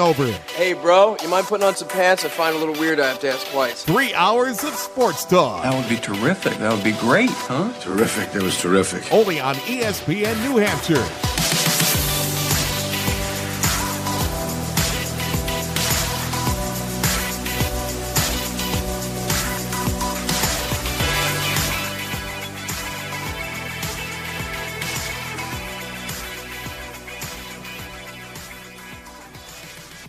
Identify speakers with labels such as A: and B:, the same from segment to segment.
A: over.
B: Hey, bro, you mind putting on some pants? I find a little weird. I have to ask twice.
A: Three hours of sports talk,
C: That would be terrific. That would be great, huh?
D: Terrific. That was terrific.
A: only on E ESPN New Hampshire.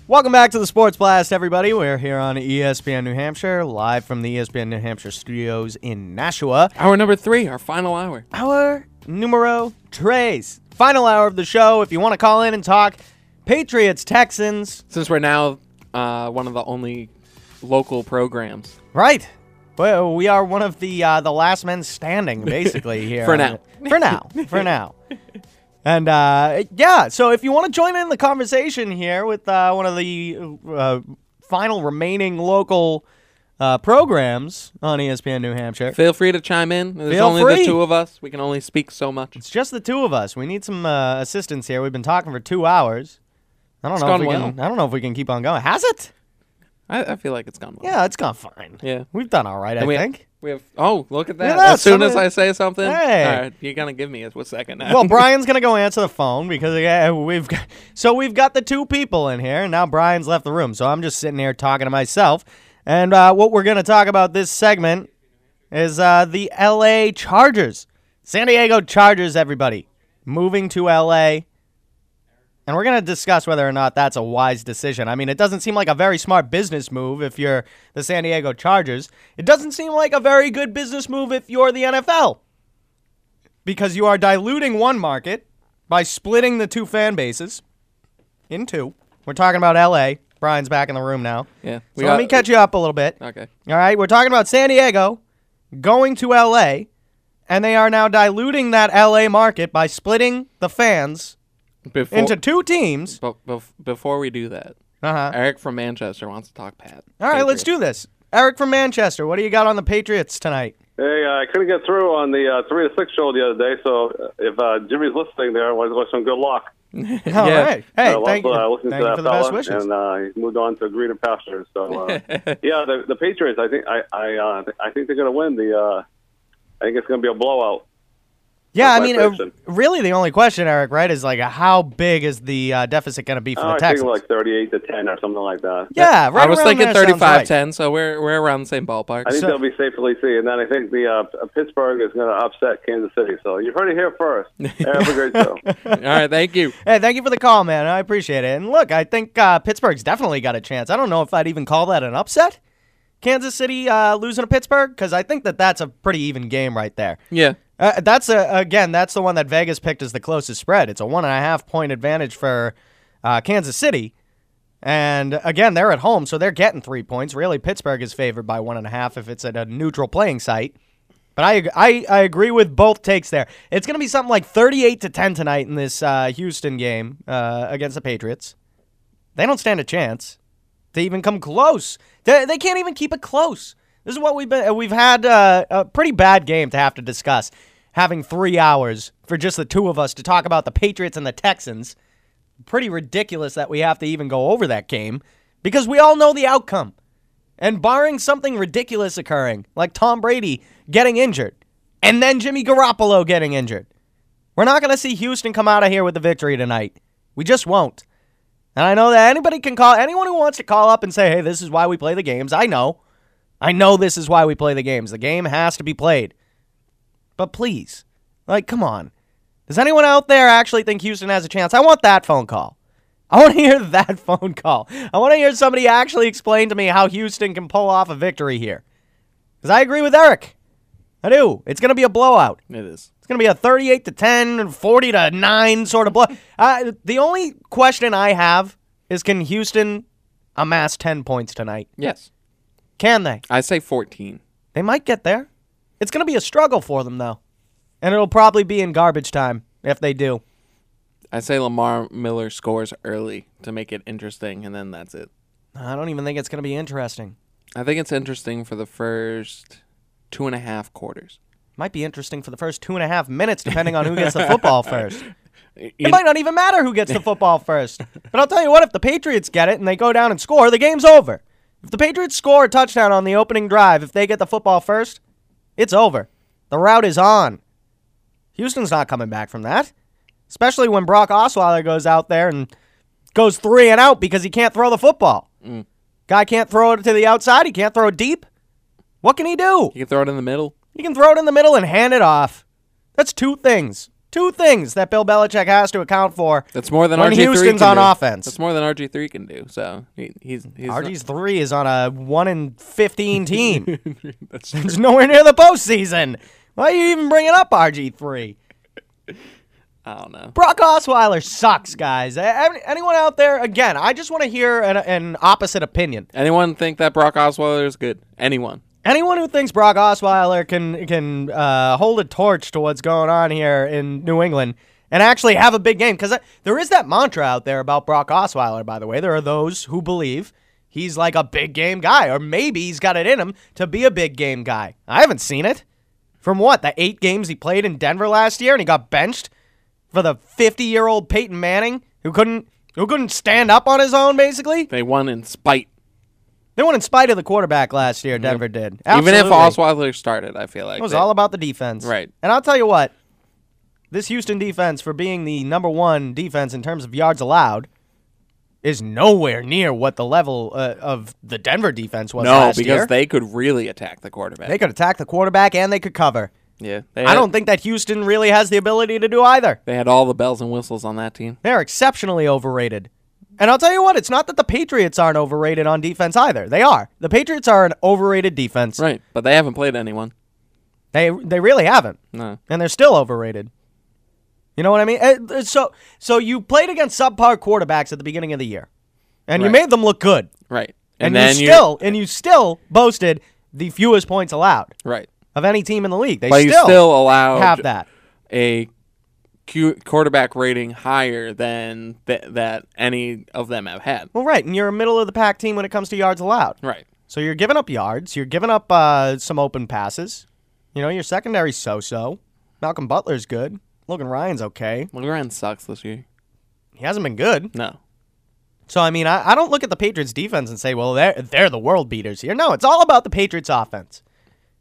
E: Welcome back to the Sports Blast, everybody. We're here on E ESPN New Hampshire, live from the E ESPN New Hampshire studios in Nashua.
F: Hour number three, our final hour.
E: Hour numero tres, final hour of the show. If you want to call in and talk, Patriots, Texans,
F: Since we're now uh, one of the only local programs.
E: Right. Well, we are one of the uh, the last men standing, basically here
F: For
E: on
F: now.
E: the- For now, for now. And uh, yeah, so if you want to join in the conversation here with uh, one of the uh, final remaining local uh, programs on E ESPN New Hampshire,
F: Feel free to chime in. There's
E: Feel
F: only
E: free.
F: the two of us. We can only speak so much.
E: it's just the two of us. We need some uh, assistance here. We've been talking for two hours. I don't
F: It's
E: know. If
F: gone
E: we can,
F: well.
E: I don't know if we can keep on going. Has it?
F: I, I feel like it's gone well.
E: Yeah, it's gone fine.
F: Yeah.
E: we've done all right. I
F: we,
E: think.
F: we have. Oh, look at that!
E: at that,
F: as soon as
E: somebody-
F: I say something,
E: Hey.
F: all right, you're gonna give me a, a second. now.
E: well, Brian's gonna go answer the phone because yeah, we've got, so we've got the two people in here, and now Brian's left the room, so I'm just sitting here talking to myself. And uh, what we're gonna talk about this segment is uh, the L.A. Chargers, San Diego Chargers. Everybody moving to L.A. And we're going to discuss whether or not that's a wise decision. I mean, it doesn't seem like a very smart business move if you're the San Diego Chargers. It doesn't seem like a very good business move if you're the NFL because you are diluting one market by splitting the two fan bases in two. We're talking about LA. Brian's back in the room now.
F: yeah.
E: So let me catch you up a little bit.
F: Okay.
E: All right, we're talking about San Diego going to LA, and they are now diluting that LA market by splitting the fans
F: Before,
E: into two teams.
F: bu- bef- before we do that,
E: Uh-huh.
F: Eric from Manchester wants to talk Pat.
E: All right, let's do this. Eric from Manchester, what do you got on the Patriots tonight?
G: Hey, uh, I couldn't get through on the uh, three to six show the other day. So uh, if uh, Jimmy's listening there, I want to wish him good luck.
E: All
F: Yeah.
E: right. Hey,
G: I love,
E: thank you.
G: uh, listening
E: Thank
G: to
E: you
G: that
E: for the
G: fella,
E: best wishes.
G: And uh, he's moved on to greener pastures. So uh, yeah, the, the Patriots. I think I I, uh, I think they're going to win the. Uh, I think it's going to be a blowout.
E: Yeah, I
G: That's my
E: mean, uh,
G: prediction.
E: really, the only question, Eric, right, is like, uh, how big is the uh, deficit going to be for
G: I
E: the
G: think
E: Texans?
G: like thirty-eight to ten or something like that.
E: yeah, right.
F: I was
E: around
F: thinking
E: there sounds
F: thirty-five
E: right.
F: ten, so we're we're around the same ballpark.
G: I think
E: So-
G: they'll be safely see, and then I think the uh, Pittsburgh is going to upset Kansas City. So you heard it here first. Have a great show.
F: All right, thank you.
E: Hey, thank you for the call, man. I appreciate it. And look, I think uh, Pittsburgh's definitely got a chance. I don't know if I'd even call that an upset. Kansas City uh, losing to Pittsburgh because I think that that's a pretty even game right there.
F: Yeah.
E: Uh, that's a, again, that's the one that Vegas picked as the closest spread. It's a one and a half point advantage for uh, Kansas City, and again, they're at home, so they're getting three points. Really, Pittsburgh is favored by one and a half if it's at a neutral playing site. But I, ag- I, I agree with both takes there. It's going to be something like 38 to 10 tonight in this uh, Houston game uh, against the Patriots. They don't stand a chance to even come close. They, they can't even keep it close. This is what we've been. We've had uh, a pretty bad game to have to discuss. Having three hours for just the two of us to talk about the Patriots and the Texans. Pretty ridiculous that we have to even go over that game because we all know the outcome. And barring something ridiculous occurring, like Tom Brady getting injured and then Jimmy Garoppolo getting injured, we're not going to see Houston come out of here with a victory tonight. We just won't. And I know that anybody can call, anyone who wants to call up and say, hey, this is why we play the games. I know. I know this is why we play the games. The game has to be played. But please, like, come on. Does anyone out there actually think Houston has a chance? I want that phone call. I want to hear that phone call. I want to hear somebody actually explain to me how Houston can pull off a victory here. Because I agree with Eric. I do. It's going to be a blowout.
F: It is.
E: It's going to be a 38 to 10 and 40 to 9 sort of blow. Uh, the only question I have is can Houston amass 10 points tonight?
F: Yes.
E: Can they?
F: I say fourteen.
E: They might get there. It's going to be a struggle for them, though. And it'll probably be in garbage time if they do.
F: I say Lamar Miller scores early to make it interesting, and then that's it.
E: I don't even think it's going to be interesting.
F: I think it's interesting for the first two and a half quarters.
E: Might be interesting for the first two and a half minutes, depending on who gets the football first. It might not even matter who gets the football first. But I'll tell you what, if the Patriots get it and they go down and score, the game's over. If the Patriots score a touchdown on the opening drive, if they get the football first, it's over. The route is on. Houston's not coming back from that. Especially when Brock Osweiler goes out there and goes three and out because he can't throw the football. Guy can't throw it to the outside, he can't throw it deep. What can he do?
F: You can throw it in the middle.
E: You can throw it in the middle and hand it off. That's two things. Two things that Bill Belichick has to account for.
F: That's more than
E: When
F: RG3
E: Houston's
F: can
E: on
F: do.
E: offense.
F: That's more than RG3 can do. So he, he's he's not-
E: RG's three is on a one in fifteen team. It's nowhere near the postseason. Why are you even bringing up RG three?
F: I don't know.
E: Brock Osweiler sucks, guys. A- any- Anyone out there? Again, I just want to hear an, an opposite opinion.
F: Anyone think that Brock Osweiler is good? Anyone?
E: Anyone who thinks Brock Osweiler can can uh, hold a torch to what's going on here in New England and actually have a big game, because there is that mantra out there about Brock Osweiler. By the way, there are those who believe he's like a big game guy, or maybe he's got it in him to be a big game guy. I haven't seen it from what the eight games he played in Denver last year, and he got benched for the fifty year old Peyton Manning who couldn't who couldn't stand up on his own. Basically,
F: They won in spite.
E: they won in spite of the quarterback last year. Denver did
F: Even if
E: Absolutely.
F: Osweiler started, I feel like
E: It was
F: they-
E: all about the defense.
F: Right.
E: And I'll tell you what, this Houston defense, for being the number one defense in terms of yards allowed, is nowhere near what the level uh, of the Denver defense was
F: no
E: last
F: because
E: year.
F: they could really attack the quarterback.
E: They could attack the quarterback and they could cover.
F: yeah, they
E: I
F: had-
E: don't think that Houston really has the ability to do either.
F: They had all the bells and whistles on that team.
E: They're exceptionally overrated. And I'll tell you what, it's not that the Patriots aren't overrated on defense either. They are. The Patriots are an overrated defense.
F: Right, but they haven't played anyone.
E: They they really haven't.
F: No.
E: and they're still overrated. You know what I mean? Eh, eh, So so you played against subpar quarterbacks at the beginning of the year, and you
F: Right.
E: made them look good,
F: Right.
E: and, you still and you still boasted the fewest points allowed
F: right.
E: of any team in the league. They
F: But you
E: still,
F: still allowed
E: have that.
F: a Q- quarterback rating higher than th- that any of them have had.
E: Well, right, and you're a middle of the pack team when it comes to yards allowed.
F: Right.
E: So you're giving up yards. You're giving up uh, some open passes. You know your secondary's so-so. Malcolm Butler's good. Logan Ryan's okay.
F: Logan sucks this year.
E: He hasn't been good.
F: No.
E: So I mean, I, I don't look at the Patriots defense and say, well, they're they're the world beaters here. No, it's all about the Patriots offense.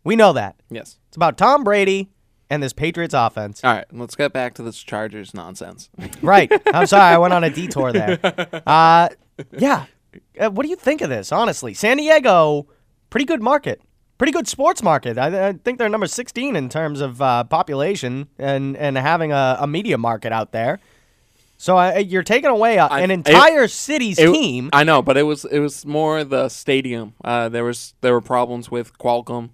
E: We know that.
F: Yes.
E: It's about Tom Brady and this Patriots offense.
F: All right. Let's get back to this Chargers nonsense.
E: right. I'm sorry, I went on a detour there. Uh, yeah. Uh, what do you think of this? Honestly, San Diego, pretty good market, pretty good sports market. I, I think they're number 16 in terms of uh, population and and having a, a media market out there. So uh, you're taking away a,
F: I-
E: an
F: it-
E: entire city's
F: It-
E: team.
F: I know, but it was it was more the stadium. Uh, there was there were problems with Qualcomm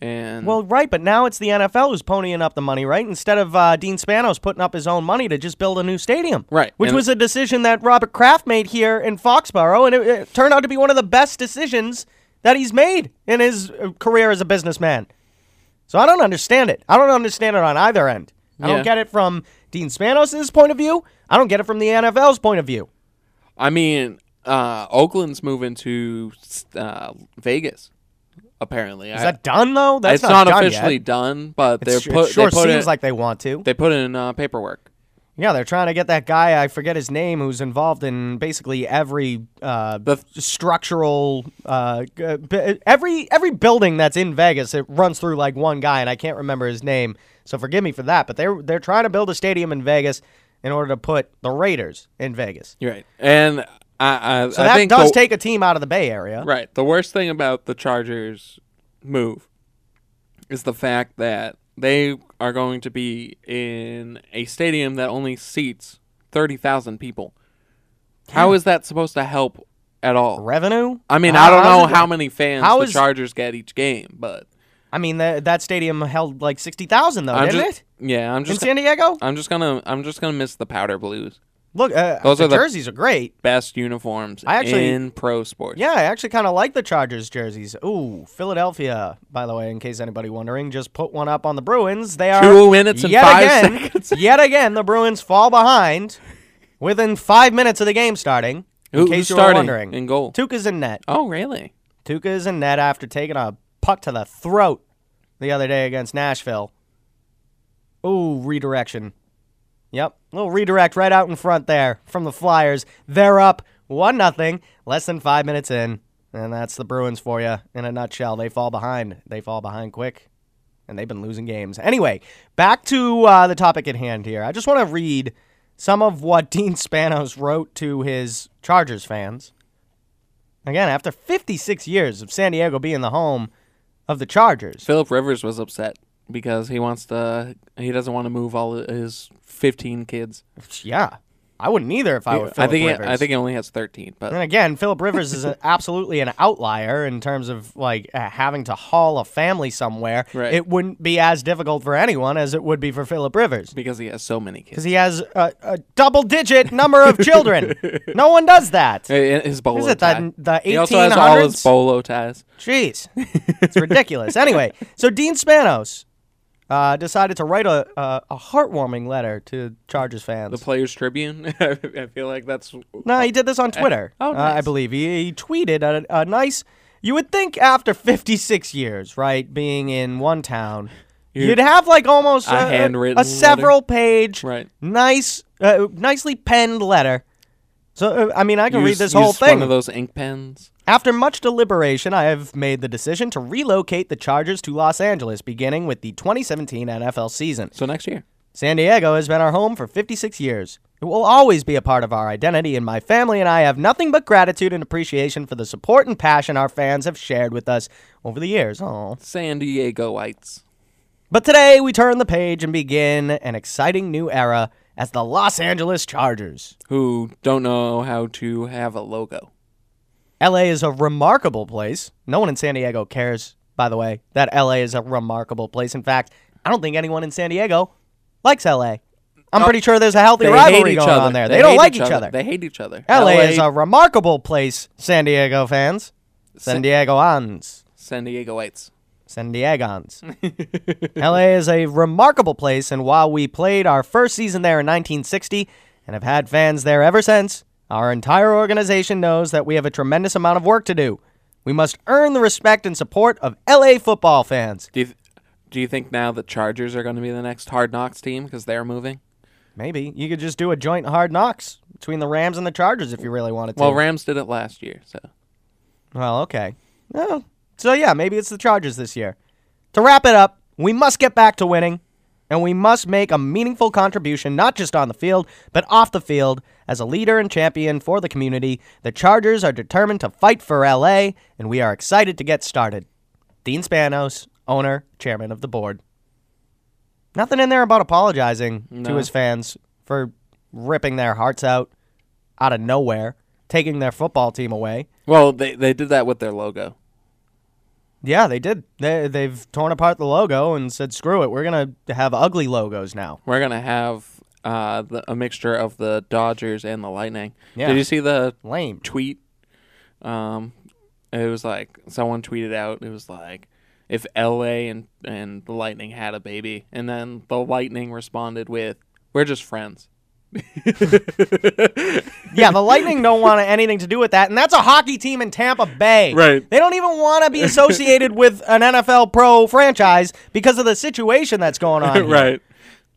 F: and
E: Well, right, but now it's the NFL who's ponying up the money, right? Instead of uh, Dean Spanos putting up his own money to just build a new stadium,
F: Right,
E: Which
F: and-
E: was a decision that Robert Kraft made here in Foxborough, and it, it turned out to be one of the best decisions that he's made in his uh, career as a businessman. So I don't understand it. I don't understand it on either end. I
F: Yeah.
E: don't get it from Dean Spanos' point of view. I don't get it from the NFL's point of view.
F: I mean, uh, Oakland's moving to uh, Vegas. Apparently,
E: Is that done though?
F: it's
E: That's
F: not,
E: done
F: officially
E: yet.
F: done, but
E: It's-
F: they're put.
E: it sure
F: they put
E: seems
F: in,
E: like they want to.
F: they put in uh, paperwork.
E: Yeah, they're trying to get that guy. I forget his name, who's involved in basically every uh,
F: The th-
E: structural, uh, g- b- every every building that's in Vegas. It runs through like one guy, and I can't remember his name. So forgive me for that. But they're they're trying to build a stadium in Vegas in order to put the Raiders in Vegas.
F: You're right, and I, I,
E: So
F: I
E: that
F: think
E: does
F: the,
E: take a team out of the Bay Area.
F: right. The worst thing about the Chargers move is the fact that they are going to be in a stadium that only seats thirty thousand people. How is that supposed to help at all?
E: Revenue.
F: I mean,
E: How-
F: I don't
E: how's
F: know
E: it-
F: how many fans
E: how
F: the
E: is-
F: Chargers get each game, but
E: I mean, tha- that stadium held like sixty thousand though,
F: I'm
E: didn't
F: just
E: it?
F: yeah, I'm
E: In
F: just
E: San Diego.
F: I'm just gonna I'm just gonna miss the powder blues.
E: Look, uh,
F: Those
E: the
F: are the-
E: jerseys are great.
F: Best uniforms
E: I actually-
F: in pro sports.
E: Yeah, I actually kind of like the Chargers jerseys. Ooh, Philadelphia, by the way, in case anybody wondering, just put one up on the Bruins. They are
F: Two minutes and
E: yet
F: five
E: again,
F: seconds.
E: Yet again, the Bruins fall behind within five minutes of the game starting. In
F: Who-
E: case
F: who's
E: you were
F: starting
E: wondering,
F: in goal?
E: Tuca's in net.
F: Oh, really?
E: Tuca's in net after taking a puck to the throat the other day against Nashville. Ooh, redirection. Yep. Little redirect right out in front there from the Flyers. They're up 1 nothing, less than 5 minutes in. And that's the Bruins for you in a nutshell. They fall behind. They fall behind quick. And they've been losing games. Anyway, back to uh, the topic at hand here. I just want to read some of what Dean Spanos wrote to his Chargers fans. Again, after 56 years of San Diego being the home of the Chargers.
F: Philip Rivers was upset because he wants to. He doesn't want to move all of his fifteen kids.
E: Yeah. I wouldn't either if I
F: I
E: were Oh, Philip
F: think. He,
E: Rivers.
F: I think he only has thirteen. But
E: And again, Philip Rivers is a, absolutely an outlier in terms of like uh, having to haul a family somewhere.
F: Right.
E: It wouldn't be as difficult for anyone as it would be for Philip Rivers
F: because he has so many kids,
E: because he has a, a double-digit number of children. no one does that.
F: Eh, eh, his bolo
E: Is it
F: tie.
E: the- the
F: he also has all his
E: 1800s?
F: bolo ties.
E: Jeez, it's ridiculous. anyway, so Dean Spanos uh, decided to write a, a a heartwarming letter to Chargers fans.
F: The Players Tribune. I feel like that's
E: No, he did this on Twitter.
F: oh,
E: uh, I
F: nice.
E: believe he, he tweeted a, a nice. You would think after 56 years, right, being in one town,
F: You-
E: you'd have like almost
F: A
E: a,
F: handwritten
E: a several page,
F: Right.
E: nice, uh, nicely penned letter. So uh, I mean, I can
F: You
E: read
F: s-
E: this
F: you
E: whole
F: s- one
E: thing.
F: of those ink pens.
E: After much deliberation, I have made the decision to relocate the Chargers to Los Angeles, beginning with the 2017 NFL season.
F: So next year,
E: San Diego has been our home for 56 years. It will always be a part of our identity, and my family and I have nothing but gratitude and appreciation for the support and passion our fans have shared with us over the years. Aw.
F: San Diegoites.
E: But today, we turn the page and begin an exciting new era as the Los Angeles Chargers.
F: who don't know how to have a logo.
E: LA is a remarkable place. No one in San Diego cares, by the way, that LA is a remarkable place. In fact, I don't think anyone in San Diego likes LA. I'm pretty sure there's a healthy rivalry going on there. They, don't
F: hate
E: like each other.
F: They hate each other.
E: LA, is a remarkable place, San Diego fans. San Diegoans.
F: San Diegoites.
E: San Diegans. LA is a remarkable place, and while we played our first season there in 1960 and have had fans there ever since, our entire organization knows that we have a tremendous amount of work to do. We must earn the respect and support of LA football fans.
F: Do you, th- do you think now the Chargers are going to be the next Hard Knocks team because they're moving?
E: Maybe you could just do a joint hard knocks between the Rams and the Chargers if you really wanted to.
F: Well, Rams did it last year, so
E: Well, okay. Oh, so yeah, maybe it's the Chargers this year. To wrap it up, we must get back to winning, and we must make a meaningful contribution not just on the field, but off the field as a leader and champion for the community. The Chargers are determined to fight for LA, and we are excited to get started. Dean Spanos, owner, chairman of the board. Nothing in there about apologizing to
F: No.
E: his fans for ripping their hearts out out of nowhere, taking their football team away.
F: well they they did that with their logo.
E: Yeah, they did. They they've torn apart the logo and said, "Screw it, we're gonna have ugly logos now."
F: We're gonna have uh the, a mixture of the Dodgers and the Lightning.
E: Yeah.
F: Did you see the
E: Lame.
F: tweet. Um, it was like someone tweeted out. It was like if L.A. and and the Lightning had a baby, and then the Lightning responded with, "We're just friends."
E: Yeah, the Lightning don't want anything to do with that, and that's a hockey team in Tampa Bay.
F: Right.
E: They don't even want to be associated with an NFL pro franchise because of the situation that's going on. here.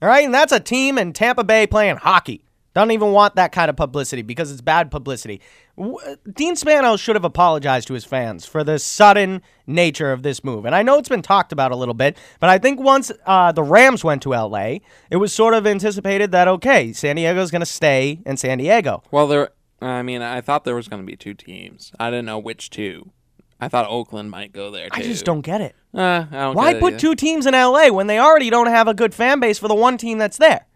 E: All right, and that's a team in Tampa Bay playing hockey. Don't even want that kind of publicity because it's bad publicity. W- Dean Spanos should have apologized to his fans for the sudden nature of this move. And I know it's been talked about a little bit, but I think once uh, the Rams went to LA, it was sort of anticipated that, okay, San Diego's going to stay in San Diego.
F: Well, there. I mean, I thought there was going to be two teams. I didn't know which two. I thought Oakland might go there.
E: I just
F: too.
E: don't get it.
F: Uh, I don't
E: Why
F: get it
E: put
F: either.
E: two teams in LA when they already don't have a good fan base for the one team that's there?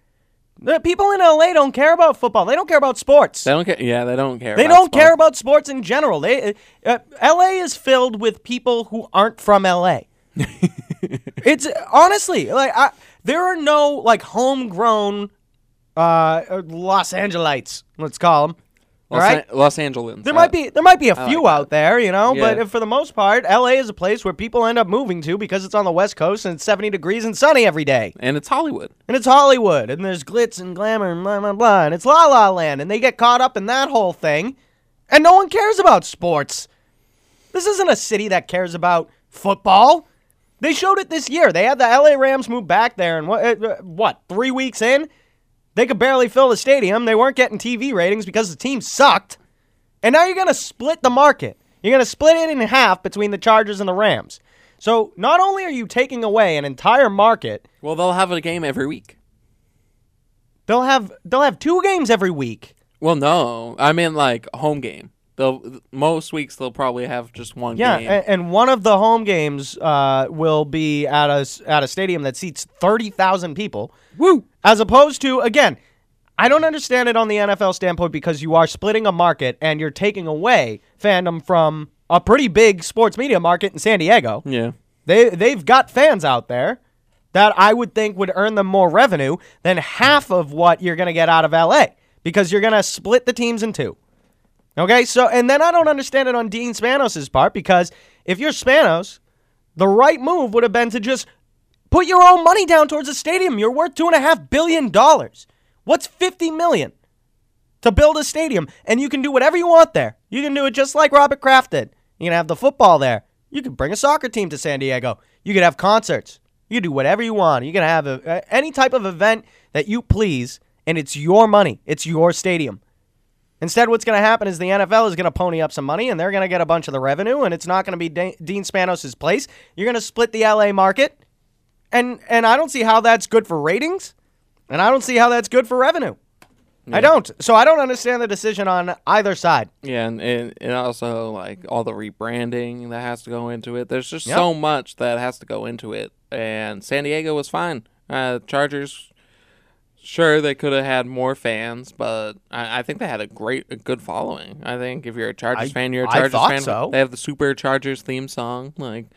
E: The people in LA don't care about football, they don't care about sports.
F: They don't care. Yeah, they don't care.
E: They
F: about
E: don't
F: sports.
E: care about sports in general. They, uh, uh, LA is filled with people who aren't from LA. it's honestly like I, there are no like homegrown uh, uh, Los Angelites. Let's call them. All
F: Los, An-
E: right.
F: Los Angeles. Uh,
E: There might be there might be a few
F: like
E: out there, you know,
F: Yeah.
E: but for the most part, LA is a place where people end up moving to because it's on the West Coast and it's 70 degrees and sunny every day.
F: and it's Hollywood.
E: And it's Hollywood, and there's glitz and glamour and blah blah blah, and it's La La Land, and they get caught up in that whole thing, and no one cares about sports. This isn't a city that cares about football. They showed it this year. They had the LA Rams move back there, and what? Uh, what? Three uh, weeks in, They could barely fill the stadium. They weren't getting TV ratings because the team sucked. And now you're going to split the market. You're going to split it in half between the Chargers and the Rams. So not only are you taking away an entire market,
F: Well, they'll have a game every week.
E: they'll have they'll have two games every week.
F: Well, no, I mean like a home game. They'll most weeks they'll probably have just one
E: Yeah, eh,
F: game.
E: a- and one of the home games uh, will be at a s- at a stadium that seats thirty thousand people.
F: Woo!
E: As opposed to again, I don't understand it on the NFL standpoint because you are splitting a market and you're taking away fandom from a pretty big sports media market in San Diego.
F: Yeah.
E: They they've got fans out there that I would think would earn them more revenue than half of what you're going to get out of LA because you're going to split the teams in two. Okay? So and then I don't understand it on Dean Spanos' part because if you're Spanos, the right move would have been to just put your own money down towards the stadium. You're worth two and a half billion dollars. What's fifty million to build a stadium? And you can do whatever you want there. You can do it just like Robert Kraft did. You can have the football there. You can bring a soccer team to San Diego. You can have concerts. You can do whatever you want. You can have a, a- any type of event that you please, and it's your money. It's your stadium. Instead, what's going to happen is the NFL is going to pony up some money and they're going to get a bunch of the revenue, and it's not going to be De- Dean Spanos' place. You're going to split the LA market, and and I don't see how that's good for ratings, and I don't see how that's good for revenue. I don't. So I don't understand the decision on either side.
F: Yeah, and, and, and also like all the rebranding that has to go into it. There's just
E: Yeah.
F: so much that has to go into it. And San Diego was fine. Uh, Chargers, sure they could have had more fans, but I, I think they had a great, a good following. I think if you're a Chargers
E: I-
F: fan, you're a
E: I
F: Chargers
E: thought
F: fan.
E: so.
F: They have the Super Chargers theme song. Like,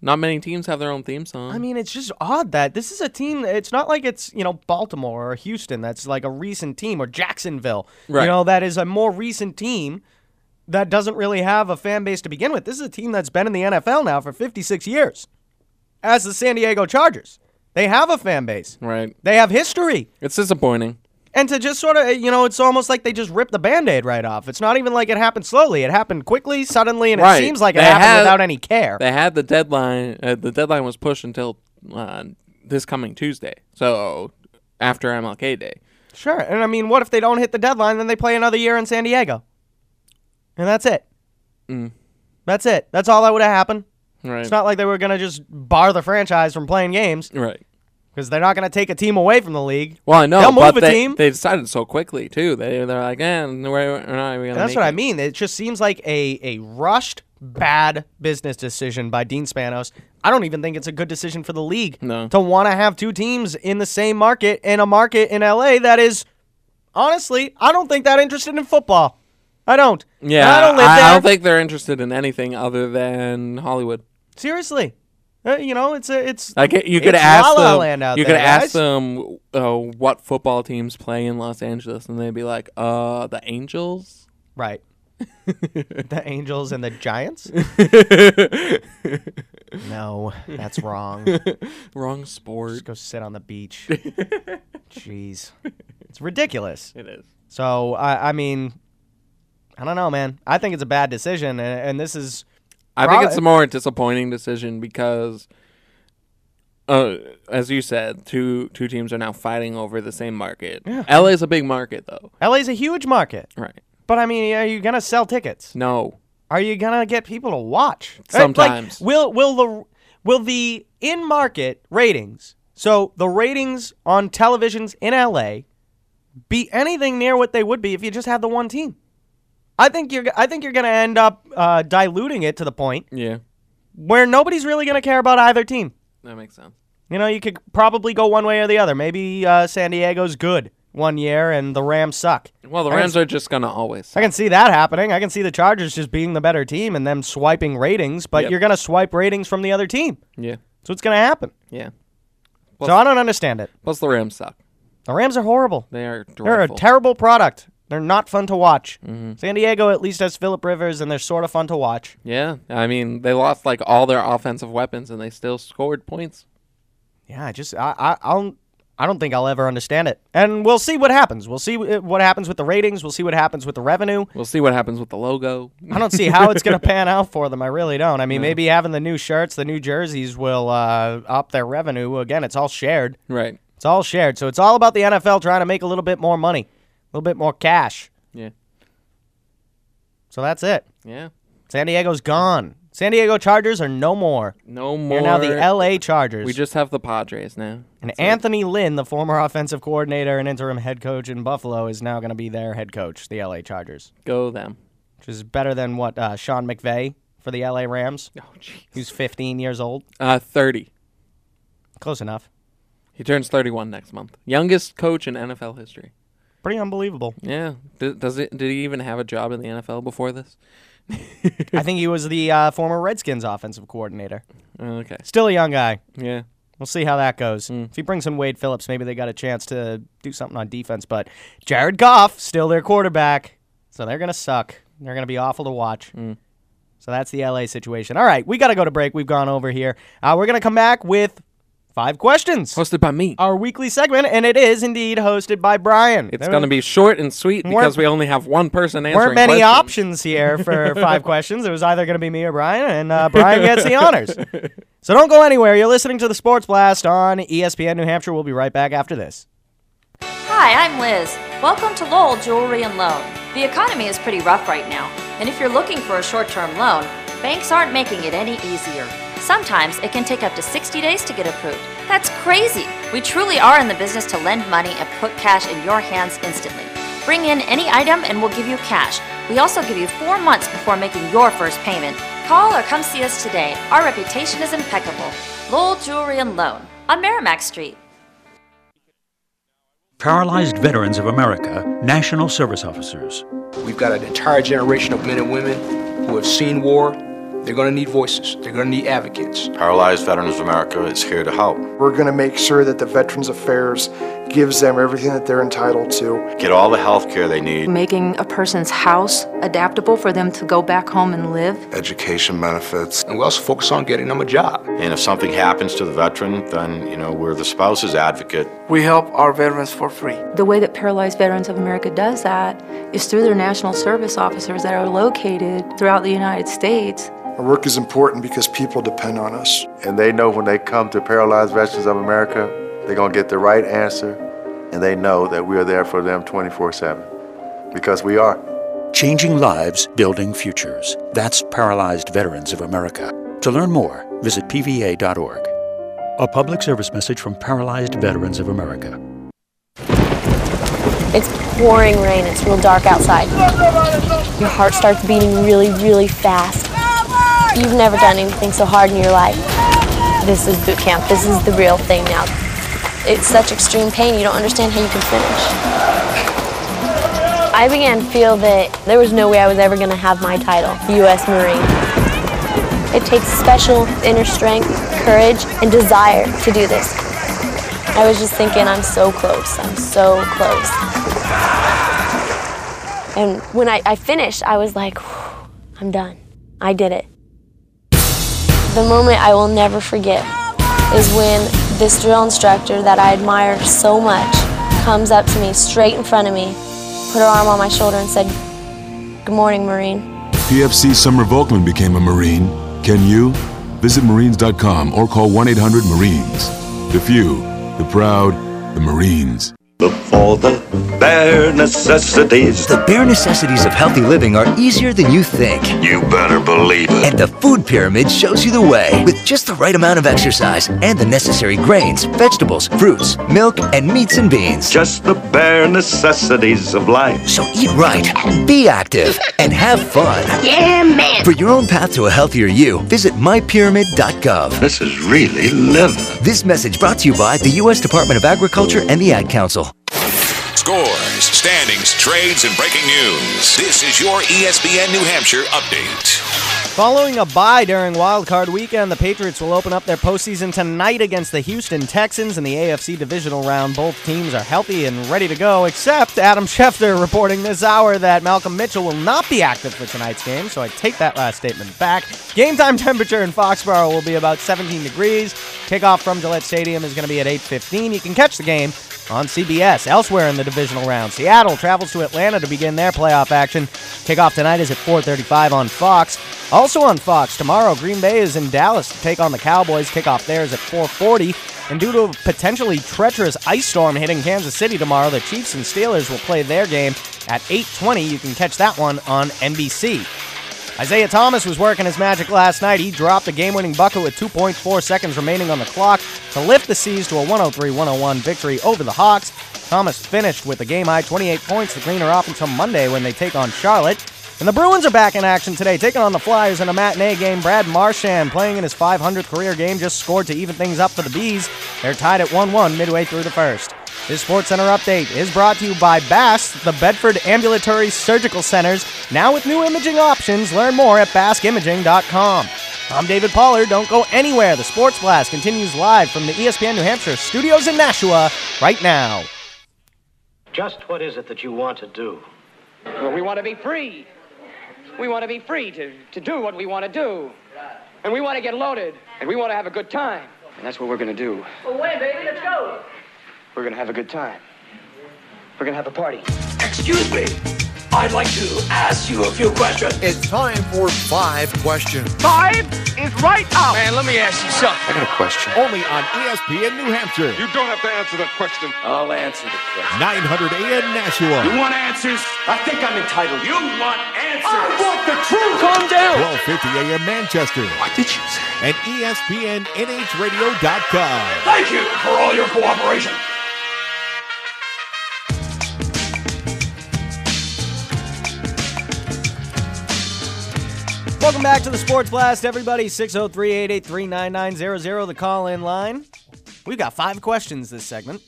F: not many teams have their own theme song.
E: I mean, it's just odd that this is a team. It's not like it's you know Baltimore or Houston that's like a recent team or Jacksonville.
F: Right.
E: You know that is a more recent team that doesn't really have a fan base to begin with. This is a team that's been in the NFL now for 56 years, as the San Diego Chargers. They have a fan base.
F: right?
E: They have history.
F: It's disappointing.
E: And to just sort of, you know, it's almost like they just ripped the band aid right off. It's not even like it happened slowly. It happened quickly, suddenly, and
F: Right.
E: it seems like it
F: They
E: happened
F: had-
E: without any care.
F: They had the deadline. Uh, the deadline was pushed until uh, this coming Tuesday. So after MLK Day.
E: Sure. And I mean, what if they don't hit the deadline? Then they play another year in San Diego. And that's it. That's it. That's all that would have happened.
F: Right.
E: It's not like they were going to just bar the franchise from playing games
F: right.
E: because they're not going to take a team away from the league.
F: Well, I know.
E: They'll
F: but
E: move a
F: they,
E: team.
F: They decided so quickly too. They they're like, eh, we're, we're not even.
E: And that's what I mean. It just seems like a, a rushed, bad business decision by Dean Spanos. I don't even think it's a good decision for the league
F: No.
E: to want to have two teams in the same market in a market in LA that is, honestly, I don't think that interested in football. I don't. And
F: Yeah,
E: I don't live there.
F: don't think they're interested in anything other than Hollywood.
E: Seriously, Uh, you know, it's a, it's
F: Like it- you could
E: It's
F: ask
E: La La
F: them,
E: Land out
F: you
E: there,
F: could ask
E: guys.
F: them uh, what football teams play in Los Angeles, and they'd be like, uh, the Angels.
E: right. the Angels and the Giants. no, that's wrong.
F: Wrong sport.
E: Just go sit on the beach. Jeez, it's ridiculous.
F: It is.
E: So I, I mean, I don't know, man. I think it's a bad decision, and, and this is
F: I think
E: Prob-
F: it's a more disappointing decision because, uh, as you said, two two teams are now fighting over the same market. LA's a big market, though.
E: LA's a huge market.
F: Right.
E: But I mean, are you gonna sell tickets?
F: No.
E: Are you gonna get people to watch? Right? Like,
F: Sometimes.
E: will will the will the in market ratings? So the ratings on televisions in LA be anything near what they would be if you just had the one team? I think you're I think you're gonna end up uh, diluting it to the point
F: Yeah.
E: where nobody's really gonna care about either team.
F: That makes sense.
E: You know, you could probably go one way or the other. Maybe uh, San Diego's good one year and the Rams suck.
F: Well, the
E: I can
F: Rams are just gonna always.
E: I can see that happening. I can see the Chargers just being the better team and them swiping ratings, but
F: Yep.
E: you're going to swipe ratings from the other team.
F: Yeah.
E: So it's going to happen.
F: Yeah.
E: so I don't understand it.
F: Plus, the Rams suck.
E: The Rams are horrible.
F: They are
E: They're a
F: dreadful.
E: terrible product. They're not fun to watch. San Diego at least has Philip Rivers, and they're sort of fun to watch.
F: yeah. I mean, they lost like all their offensive weapons, and they still scored points.
E: Yeah, I just I I I'll, I don't think I'll ever understand it. And we'll see what happens. We'll see wh- what happens with the ratings. We'll see what happens with the revenue.
F: We'll see what happens with the logo.
E: I don't see how it's going to pan out for them. I really don't. I mean, maybe having the new shirts, the new jerseys will uh, up their revenue. Again, it's all shared.
F: Right.
E: It's all shared. So it's all about the NFL trying to make a little bit more money, a little bit more cash.
F: Yeah.
E: So that's it.
F: Yeah.
E: San Diego's gone. San Diego Chargers are no more.
F: No
E: They're
F: more.
E: now the LA Chargers.
F: We just have the Padres now.
E: and
F: That's it.
E: Anthony Lynn, the former offensive coordinator and interim head coach in Buffalo, is now going to be their head coach, the LA Chargers,
F: Go them.
E: which is better than what uh, Sean McVay for the LA Rams,
F: Oh, jeez.
E: who's 15 years old.
F: Uh, 30.
E: Close enough.
F: He turns 31 next month. Youngest coach in NFL history.
E: Pretty unbelievable.
F: Yeah. D- does it? Did he even have a job in the NFL before this?
E: I think he was the uh, former Redskins offensive coordinator.
F: Okay.
E: Still a young guy.
F: Yeah.
E: We'll see how that goes. If he brings in Wade Phillips, maybe they got a chance to do something on defense. But Jared Goff, still their quarterback. So they're going to suck. They're going to be awful to watch. So that's the LA situation. All right, we got to go to break. We've gone over here. Uh, we're going to come back with five questions.
F: Hosted by me.
E: Our weekly segment, and it is indeed hosted by Brian.
F: It's
E: There
F: going to be short and sweet because we only have one person answering.
E: weren't many
F: questions.
E: options here for five questions. It was either going to be me or Brian, and uh, Brian gets the honors. So don't go anywhere. You're listening to the Sports Blast on E ESPN New Hampshire. We'll be right back after this.
D: Hi, I'm Liz. Welcome to Lowell Jewelry and Loan. The economy is pretty rough right now, and if you're looking for a short term loan, banks aren't making it any easier. Sometimes it can take up to 60 days to get approved. That's crazy! We truly are in the business to lend money and put cash in your hands instantly. Bring in any item and we'll give you cash. We also give you four months before making your first payment. Call or come see us today. Our reputation is impeccable. Lowell Jewelry and Loan on Merrimack Street.
H: Paralyzed Veterans of America, National Service Officers.
B: We've got an entire generation of men and women who have seen war. They're going to need voices. They're going to need advocates.
I: Paralyzed Veterans of America is here to help.
J: We're going to make sure that the Veterans Affairs gives them everything that they're entitled to.
I: Get all the health care they need.
D: making a person's house adaptable for them to go back home and live.
J: Education benefits.
B: And we also focus on getting them a job.
I: And if something happens to the veteran, then, you know, we're the spouse's advocate.
K: We help our veterans for free.
D: The way that Paralyzed Veterans of America does that is through their national service officers that are located throughout the United States.
J: Our work is important because people depend on us.
I: And they know when they come to Paralyzed Veterans of America, they're going to get the right answer. And they know that we are there for them 24 7. Because we are.
H: Changing lives, building futures. That's Paralyzed Veterans of America. To learn more, visit pva.org. A public service message from Paralyzed Veterans of America.
K: It's pouring rain. It's real dark outside. Your heart starts beating really, really fast. You've never done anything so hard in your life. This is boot camp. This is the real thing now. It's such extreme pain. You don't understand how you can finish. I began to feel that there was no way I was ever going to have my title, U.S. Marine. It takes special inner strength, courage, and desire to do this. I was just thinking, I'm so close. I'm so close. And when I, I finished, I was like, "Whew, I'm done. I did it. The moment I will never forget is when this drill instructor that I admired so much comes up to me straight in front of me, put her arm on my shoulder, and said, Good morning, Marine.
A: PFC Summer Volkman became a Marine. Can you? Visit Marines.com or call 1 800 Marines. The few, the proud, the Marines.
H: The bare necessities of healthy living are easier than you think. You better believe it. And the food pyramid shows you the way with just the right amount of exercise and the necessary grains, vegetables, fruits, milk, and meats and beans.
I: Just the bare necessities of life.
H: So eat right, be active, and have fun. Yeah, man. For your own path to a healthier you, visit mypyramid.gov.
I: This is really living.
H: This message brought to you by the U.S. Department of Agriculture and the Ad Council.
A: Scores, standings, trades, and breaking news. This is your E ESPN New Hampshire update.
E: Following a bye during Wild Card Weekend, the Patriots will open up their postseason tonight against the Houston Texans in the AFC Divisional Round. Both teams are healthy and ready to go, except Adam Schefter reporting this hour that Malcolm Mitchell will not be active for tonight's game. So I take that last statement back. Game time temperature in Foxborough will be about 17 degrees. Kickoff from Gillette Stadium is going to be at 8:15. You can catch the game on CBS. Elsewhere in the divisional round, Seattle travels to Atlanta to begin their playoff action. Kickoff tonight is at 4:35 on Fox. Also on Fox tomorrow, Green Bay is in Dallas to take on the Cowboys. Kickoff there is at 4:40. And due to a potentially treacherous ice storm hitting Kansas City tomorrow, the Chiefs and Steelers will play their game at 8:20. You can catch that one on NBC. Isaiah Thomas was working his magic last night. He dropped the game-winning bucket with 2.4 seconds remaining on the clock to lift the Seas to a 103-101 victory over the Hawks. Thomas finished with a game-high 28 points to clean her up until Monday when they take on Charlotte. And the Bruins are back in action today, taking on the Flyers in a matinee game. Brad Marchand, playing in his 500th career game, just scored to even things up for the Bees. They're tied at 1-1 midway through the first. This Sports Center update is brought to you by BASS, the Bedford Ambulatory Surgical Centers, now with new imaging options. Learn more at baskimaging.com. I'm David Pollard. Don't go anywhere. The Sports Blast continues live from the E ESPN New Hampshire studios in Nashua right now.
L: Just what is it that you want to do?
M: Well, we want to be free. We want to be free to, to do what we want to do. And we want to get loaded. And we want to have a good time. And that's what we're going to do.
N: Away, baby, let's go.
M: We're going to have a good time. We're going to have a party.
O: Excuse me. I'd like to ask you a few questions.
P: It's time for five questions.
M: Time is right up. Man, let me ask you something.
P: I got a question. Only on
A: E
P: ESPN New Hampshire. You don't have to answer that question.
O: I'll answer the question.
P: 900 AM Nashua.
O: You want answers? I think I'm entitled. You want answers?
P: I
O: want the truth.
P: 1250 AM Manchester. What did you say? And
A: E
P: ESPNNHradio.com.
O: Thank you for all your cooperation.
E: Welcome back to the Sports Blast, everybody. 603-883-9900, the call-in line. We've got five questions this segment.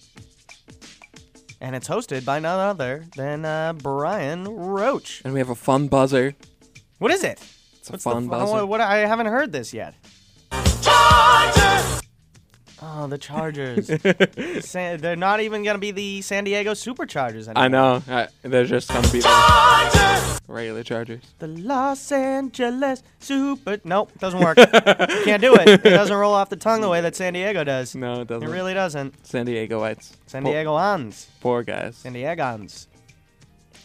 E: And it's hosted by none other than uh, Brian Roach.
F: And we have a fun buzzer.
E: What is it?
F: It's a
E: What's the
F: fun
E: fu-
F: buzzer.
E: What, what- I haven't heard this yet. Oh, the Chargers. San- they're not even going to be the San Diego Superchargers anymore.
F: I know. I, they're just gonna be the regular Chargers.
E: The Los Angeles Super. Nope, doesn't work. Can't do it. It doesn't roll off the tongue the way that San Diego does.
F: No, it doesn't.
E: It really doesn't.
F: San Diegoites.
E: San
F: Poor-
E: Diegoans.
F: Poor guys.
E: San Diegans.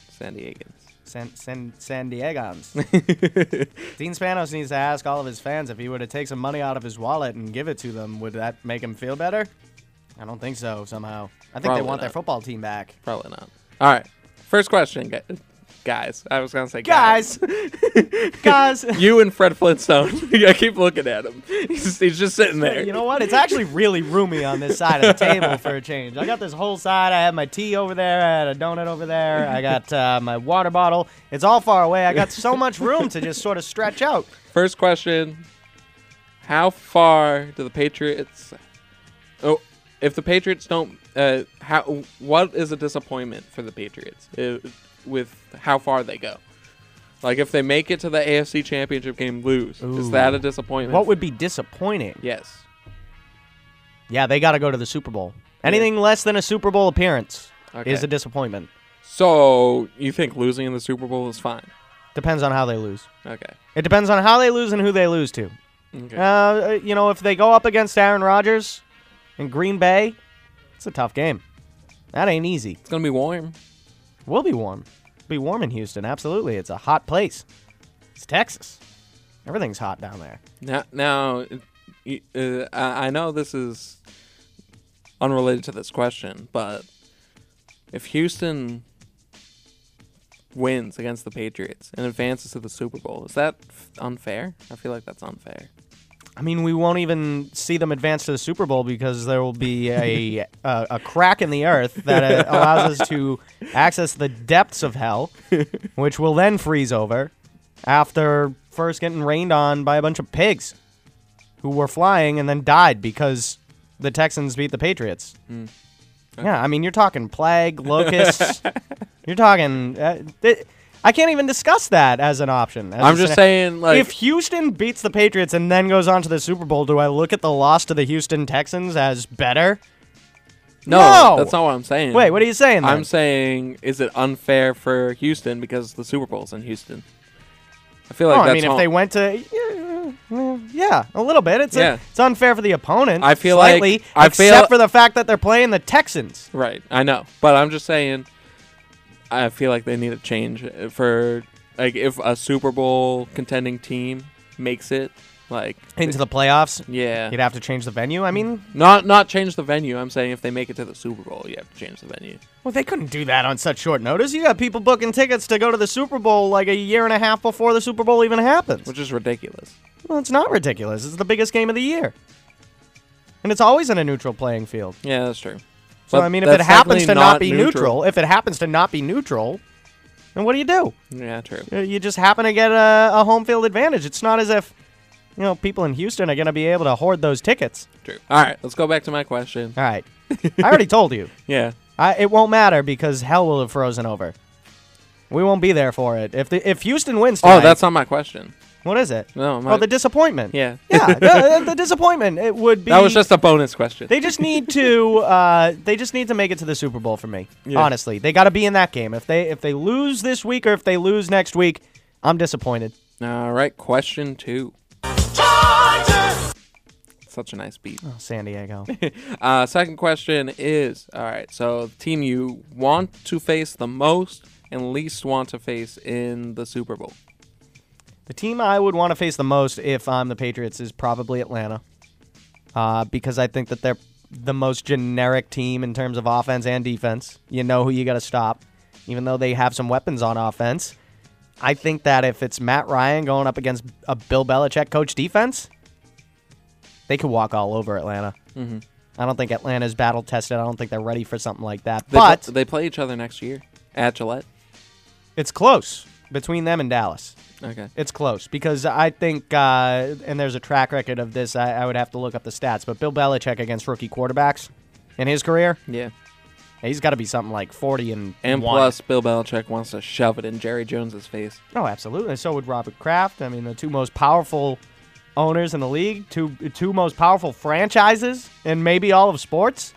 F: San Diegans.
E: San, San, San Diegans. Dean Spanos needs to ask all of his fans if he were to take some money out of his wallet and give it to them, would that make him feel better? I don't think so, somehow. I think
F: Probably
E: they want their
F: not.
E: football team back.
F: Probably not. All right. First question, gu- guys. I was gonna say
E: Guys! Guys!
F: you and Fred Flintstone. I keep looking at him. He's, he's just sitting there.
E: You know what? It's actually really roomy on this side of the table for a change. I got this whole side. I had my tea over there. I had a donut over there. I got uh, my water bottle. It's all far away. I got so much room to just sort of stretch out.
F: First question: How far do the Patriots? Oh, if the Patriots don't, uh, how? What is a disappointment for the Patriots uh, with how far they go? Like if they make it to the AFC Championship game, lose. Is
E: Ooh.
F: that a disappointment?
E: What would be disappointing?
F: Yes.
E: Yeah, they got to go to the Super Bowl. Anything less than a Super Bowl appearance is
F: Okay.
E: a disappointment.
F: So you think losing in the Super Bowl is fine?
E: Depends on how they lose.
F: Okay.
E: It depends on how they lose and who they lose to.
F: Okay.
E: Uh, you know, if they go up against Aaron Rodgers in Green Bay, it's a tough game. That ain't easy. It's
F: gonna be warm.
E: Will be warm. Be warm in Houston. Absolutely, it's a hot place. It's Texas. Everything's hot down there.
F: Now, now y- uh, I I know this is unrelated to this question, but if Houston wins against the Patriots and advances to the Super Bowl, is that f- unfair? I feel like that's unfair.
E: I mean, we won't even see them advance to the Super Bowl because there will be a a, a crack in the earth that uh, allows us to access the depths of hell, which will then freeze over after first getting rained on by a bunch of pigs who were flying and then died because the Texans beat the Patriots.
F: Mm.
E: Yeah, I mean, you're talking plague, locusts. you're talking. Uh, th- I can't even discuss that as an option. as
F: I'm
E: a
F: just
E: scenario.
F: saying, like-
E: if Houston beats the Patriots and then goes on to the Super Bowl, do I look at the loss to the Houston Texans as better?
F: No,
E: No!
F: that's not what I'm saying.
E: Wait, what are you saying then?
F: I'm saying, is it unfair for Houston because the Super Bowl's in Houston? I feel like
E: Oh,
F: that's
E: I mean,
F: all-
E: if they went to, yeah, yeah, yeah, a little bit. It's
F: Yeah.
E: a, it's unfair for the opponent.
F: I feel like-
E: slightly,
F: I feel-
E: except for the fact that they're playing the Texans.
F: Right, I know, but I'm just saying. I feel like they need a uh, change for like if a Super Bowl contending team makes it Like
E: into the playoffs.
F: Yeah.
E: you'd have to change the venue. I mean,
F: Not not change the venue. I'm saying if they make it to the Super Bowl, you have to change the venue.
E: well, they couldn't do that on such short notice. You got people booking tickets to go to the Super Bowl like a year and a half before the Super Bowl even happens,
F: which is ridiculous.
E: Well, it's not ridiculous. It's the biggest game of the year, and it's always in a neutral playing field.
F: Yeah, that's true.
E: So
F: But
E: I mean, if
F: that's
E: it happens
F: technically
E: to not,
F: not
E: be neutral.
F: neutral.
E: if it happens to not be neutral, then what do you do?
F: Yeah, true.
E: You- You just happen to get a, a home field advantage. It's not as if you know people in Houston are going to be able to hoard those tickets.
F: True. All right, let's go back to my question.
E: All right, I already told you.
F: Yeah.
E: I, it won't matter because hell will have frozen over. We won't be there for it. If the if Houston wins,
F: Oh,
E: tonight-
F: that's not my question.
E: what is it?
F: No, my,
E: Oh, the disappointment.
F: yeah,
E: yeah, the, the disappointment. It would be.
F: that was just a bonus question.
E: They just need to. Uh, they just need to make it to the Super Bowl for me.
F: Yeah.
E: Honestly, they got to be in that game. If they if they lose this week or if they lose next week, I'm disappointed.
F: All right, question two. Such a nice beat.
E: Oh, San Diego.
F: uh, second question is all right. So the team you want to face the most and least want to face in the Super Bowl.
E: the team I would want to face the most if I'm the Patriots is probably Atlanta, uh, because I think that they're the most generic team in terms of offense and defense. You know who you got to stop, even though they have some weapons on offense. I think that if it's Matt Ryan going up against a Bill Belichick coach defense, they could walk all over Atlanta.
F: Mhm.
E: I don't think Atlanta's battle tested. I don't think they're ready for something like that.
F: They pl-
E: but
F: they play each other next year at Gillette.
E: it's close between them and Dallas.
F: Okay.
E: It's close because I think, uh, and there's a track record of this. I, I would have to look up the stats, but Bill Belichick against rookie quarterbacks in his career,
F: Yeah.
E: he's got to be something like 40 and
F: And
E: one.
F: plus, Bill Belichick wants to shove it in Jerry Jones's face.
E: Oh, absolutely. And so would Robert Kraft. I mean, the two most powerful owners in the league, two two most powerful franchises, and maybe all of sports.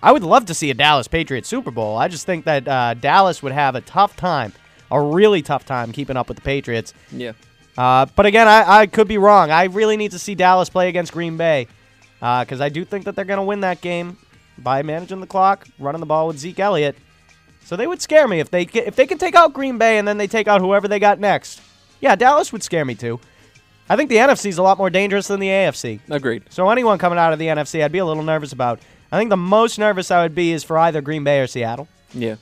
E: I would love to see a Dallas Patriots Super Bowl. I just think that uh, Dallas would have a tough time, a really tough time keeping up with the Patriots.
F: Yeah.
E: Uh, but again, I, I could be wrong. I really need to see Dallas play against Green Bay because I do think that they're going to win that game by managing the clock, running the ball with Zeke Elliott. So they would scare me if they ca- if they can take out Green Bay and then they take out whoever they got next. Yeah, Dallas would scare me too. I think the NFC is a lot more dangerous than the AFC.
F: Agreed.
E: So anyone coming out of the NFC, I'd be a little nervous about. I think the most nervous I would be is for either Green Bay or Seattle.
F: Yeah.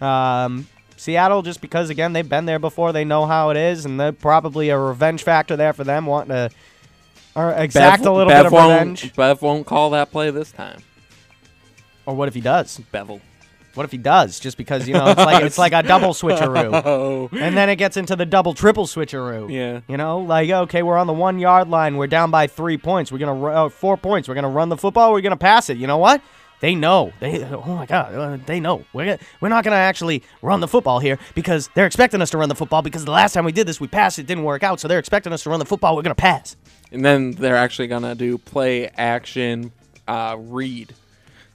E: Um, Seattle, just because again they've been there before, they know how it is, and they're probably a revenge factor there for them, wanting to or exact
F: Bev-
E: a little
F: Bev
E: bit of
F: won't-
E: revenge.
F: Bev won't call that play this time.
E: Or what if he does?
F: Bevel.
E: What if he does? Just because you know it's like it's like a double
F: Oh.
E: switcheroo, and then it gets into the double triple switcheroo.
F: Yeah.
E: you know, like okay, we're on the one yard line, we're down by three points, we're gonna ru- uh, four points, we're gonna run the football, we're gonna pass it. You know what? They know. They oh my god, uh, they know. We're gonna, we're not gonna actually run the football here because they're expecting us to run the football because the last time we did this, we passed it didn't work out, so they're expecting us to run the football. We're gonna pass.
F: And then they're actually gonna do play action uh, read.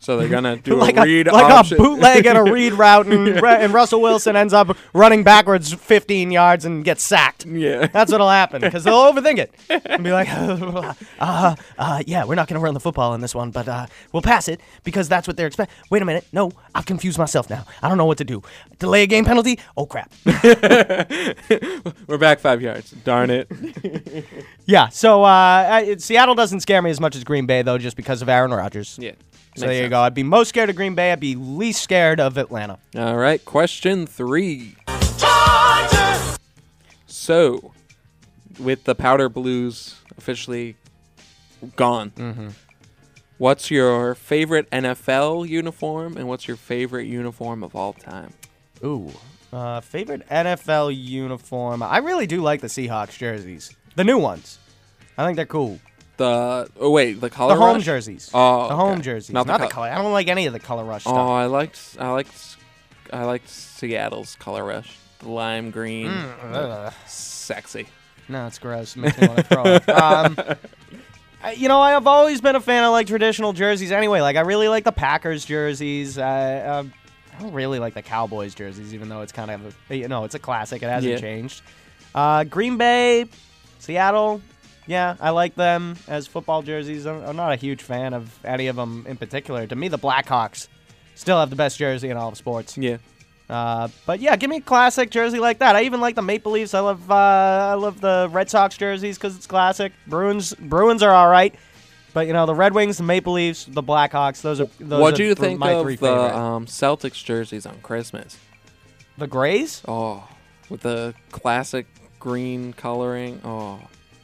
F: So they're gonna do
E: like
F: a read
E: a, like
F: option.
E: a bootleg and a read route, and, Ru- and Russell Wilson ends up running backwards 15 yards and gets sacked.
F: Yeah.
E: that's what'll happen because they'll overthink it and be like, uh, uh, yeah, we're not gonna run the football in this one, but uh, we'll pass it because that's what they're expecting. Wait a minute, no, I've confused myself now. I don't know what to do. Delay a game penalty? Oh crap.
F: We're back five yards. Darn it.
E: yeah, so uh, I, it- Seattle doesn't scare me as much as Green Bay though, just because of Aaron Rodgers.
F: Yeah,
E: So there
F: makes
E: you go. I'd be most scared of Green Bay. I'd be least scared of Atlanta.
F: All right, question three. So, with the powder blues officially gone,
E: Mm-hmm.
F: what's your favorite NFL uniform and what's your favorite uniform of all time?
E: Ooh. Uh, favorite NFL uniform. I really do like the Seahawks jerseys. The new ones. I think they're cool.
F: The oh wait, the color
E: the home
F: rush?
E: jerseys.
F: Oh,
E: the home
F: okay.
E: jerseys. Not,
F: Not the
E: the,
F: co-
E: color. I don't like any of the color rush
F: Oh,
E: stuff.
F: I liked I liked I liked Seattle's color rush, the lime green,
E: Mm, ugh.
F: sexy.
E: No, it's gross. Makes me want to throw up. Um, I- you know, I have always been a fan of like traditional jerseys. Anyway, like I really like the Packers jerseys. I, um, I don't really like the Cowboys jerseys, even though it's kind of a, you know it's a classic. It hasn't
F: Yeah.
E: changed. Uh, Green Bay, Seattle. Yeah, I like them as football jerseys. I'm, I'm not a huge fan of any of them in particular. To me, the Blackhawks still have the best jersey in all of sports.
F: Yeah.
E: Uh, but yeah, give me a classic jersey like that. I even like the Maple Leafs. I love uh, I love the Red Sox jerseys because it's classic. Bruins Bruins are all right, but you know the Red Wings, the Maple Leafs, the Blackhawks. Those are those
F: what
E: are
F: do you
E: th-
F: think
E: my
F: of
E: three favorite.
F: the um, Celtics jerseys on Christmas?
E: The grays?
F: Oh, with the classic green coloring. Oh,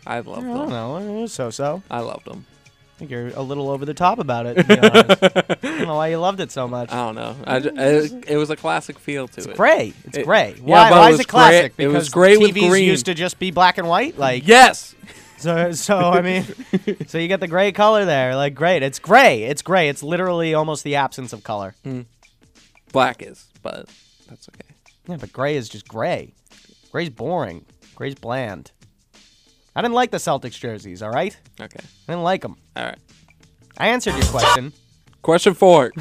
F: I love
E: I
F: them.
E: don't know. So so.
F: I loved them.
E: I think you're a little over the top about it. To be honest. I don't know why you loved it so much.
F: I don't know. I, ju- it, it was a classic feel to
E: Mm, It's
F: it.
E: gray. It's
F: It-
E: gray.
F: yeah,
E: why
F: but
E: why
F: was
E: is it classic?
F: Gray,
E: because
F: it was gray
E: TVs
F: with green.
E: used to just be black and white. Like
F: yes.
E: So so I mean, so you get the gray color there. Like great. It's gray. It's gray. It's literally almost the absence of color.
F: Black is, but that's okay.
E: Yeah, but gray is just gray. Gray's boring. Gray's bland. I didn't like the Celtics jerseys. All right.
F: Okay.
E: I didn't like them.
F: All right.
E: I answered your question.
F: Question four.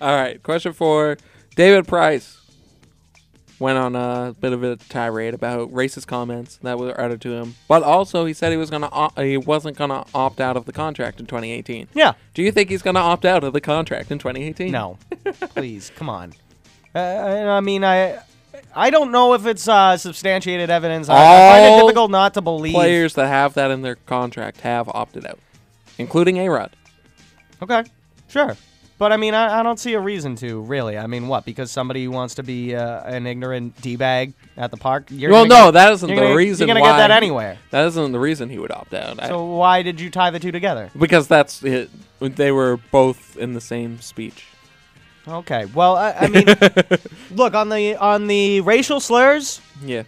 F: All right. Question four. David Price went on a bit of a tirade about racist comments that were uttered to him, but also he said he was gonna op- he wasn't gonna opt out of the contract in 2018.
E: Yeah.
F: Do you think he's gonna opt out of the contract in 2018?
E: No. Please, come on. Uh, I I mean, I I don't know if it's uh, substantiated evidence. I, I find it
F: All
E: difficult not to believe.
F: Players that have that in their contract have opted out, including A Rod.
E: Okay, sure. But I mean, I, I don't see a reason to really. I mean, what? Because somebody wants to be uh, an ignorant d bag at the park? You're
F: well,
E: gonna
F: no,
E: get-
F: that isn't
E: you're
F: the
E: gonna-
F: reason.
E: You're gonna
F: why-
E: get that anywhere.
F: That isn't the reason he would opt out. I-
E: So why did you tie the two together?
F: because that's it. They were both in the same speech.
E: Okay. Well, I, I mean, look on the on the racial slurs.
F: Yeah.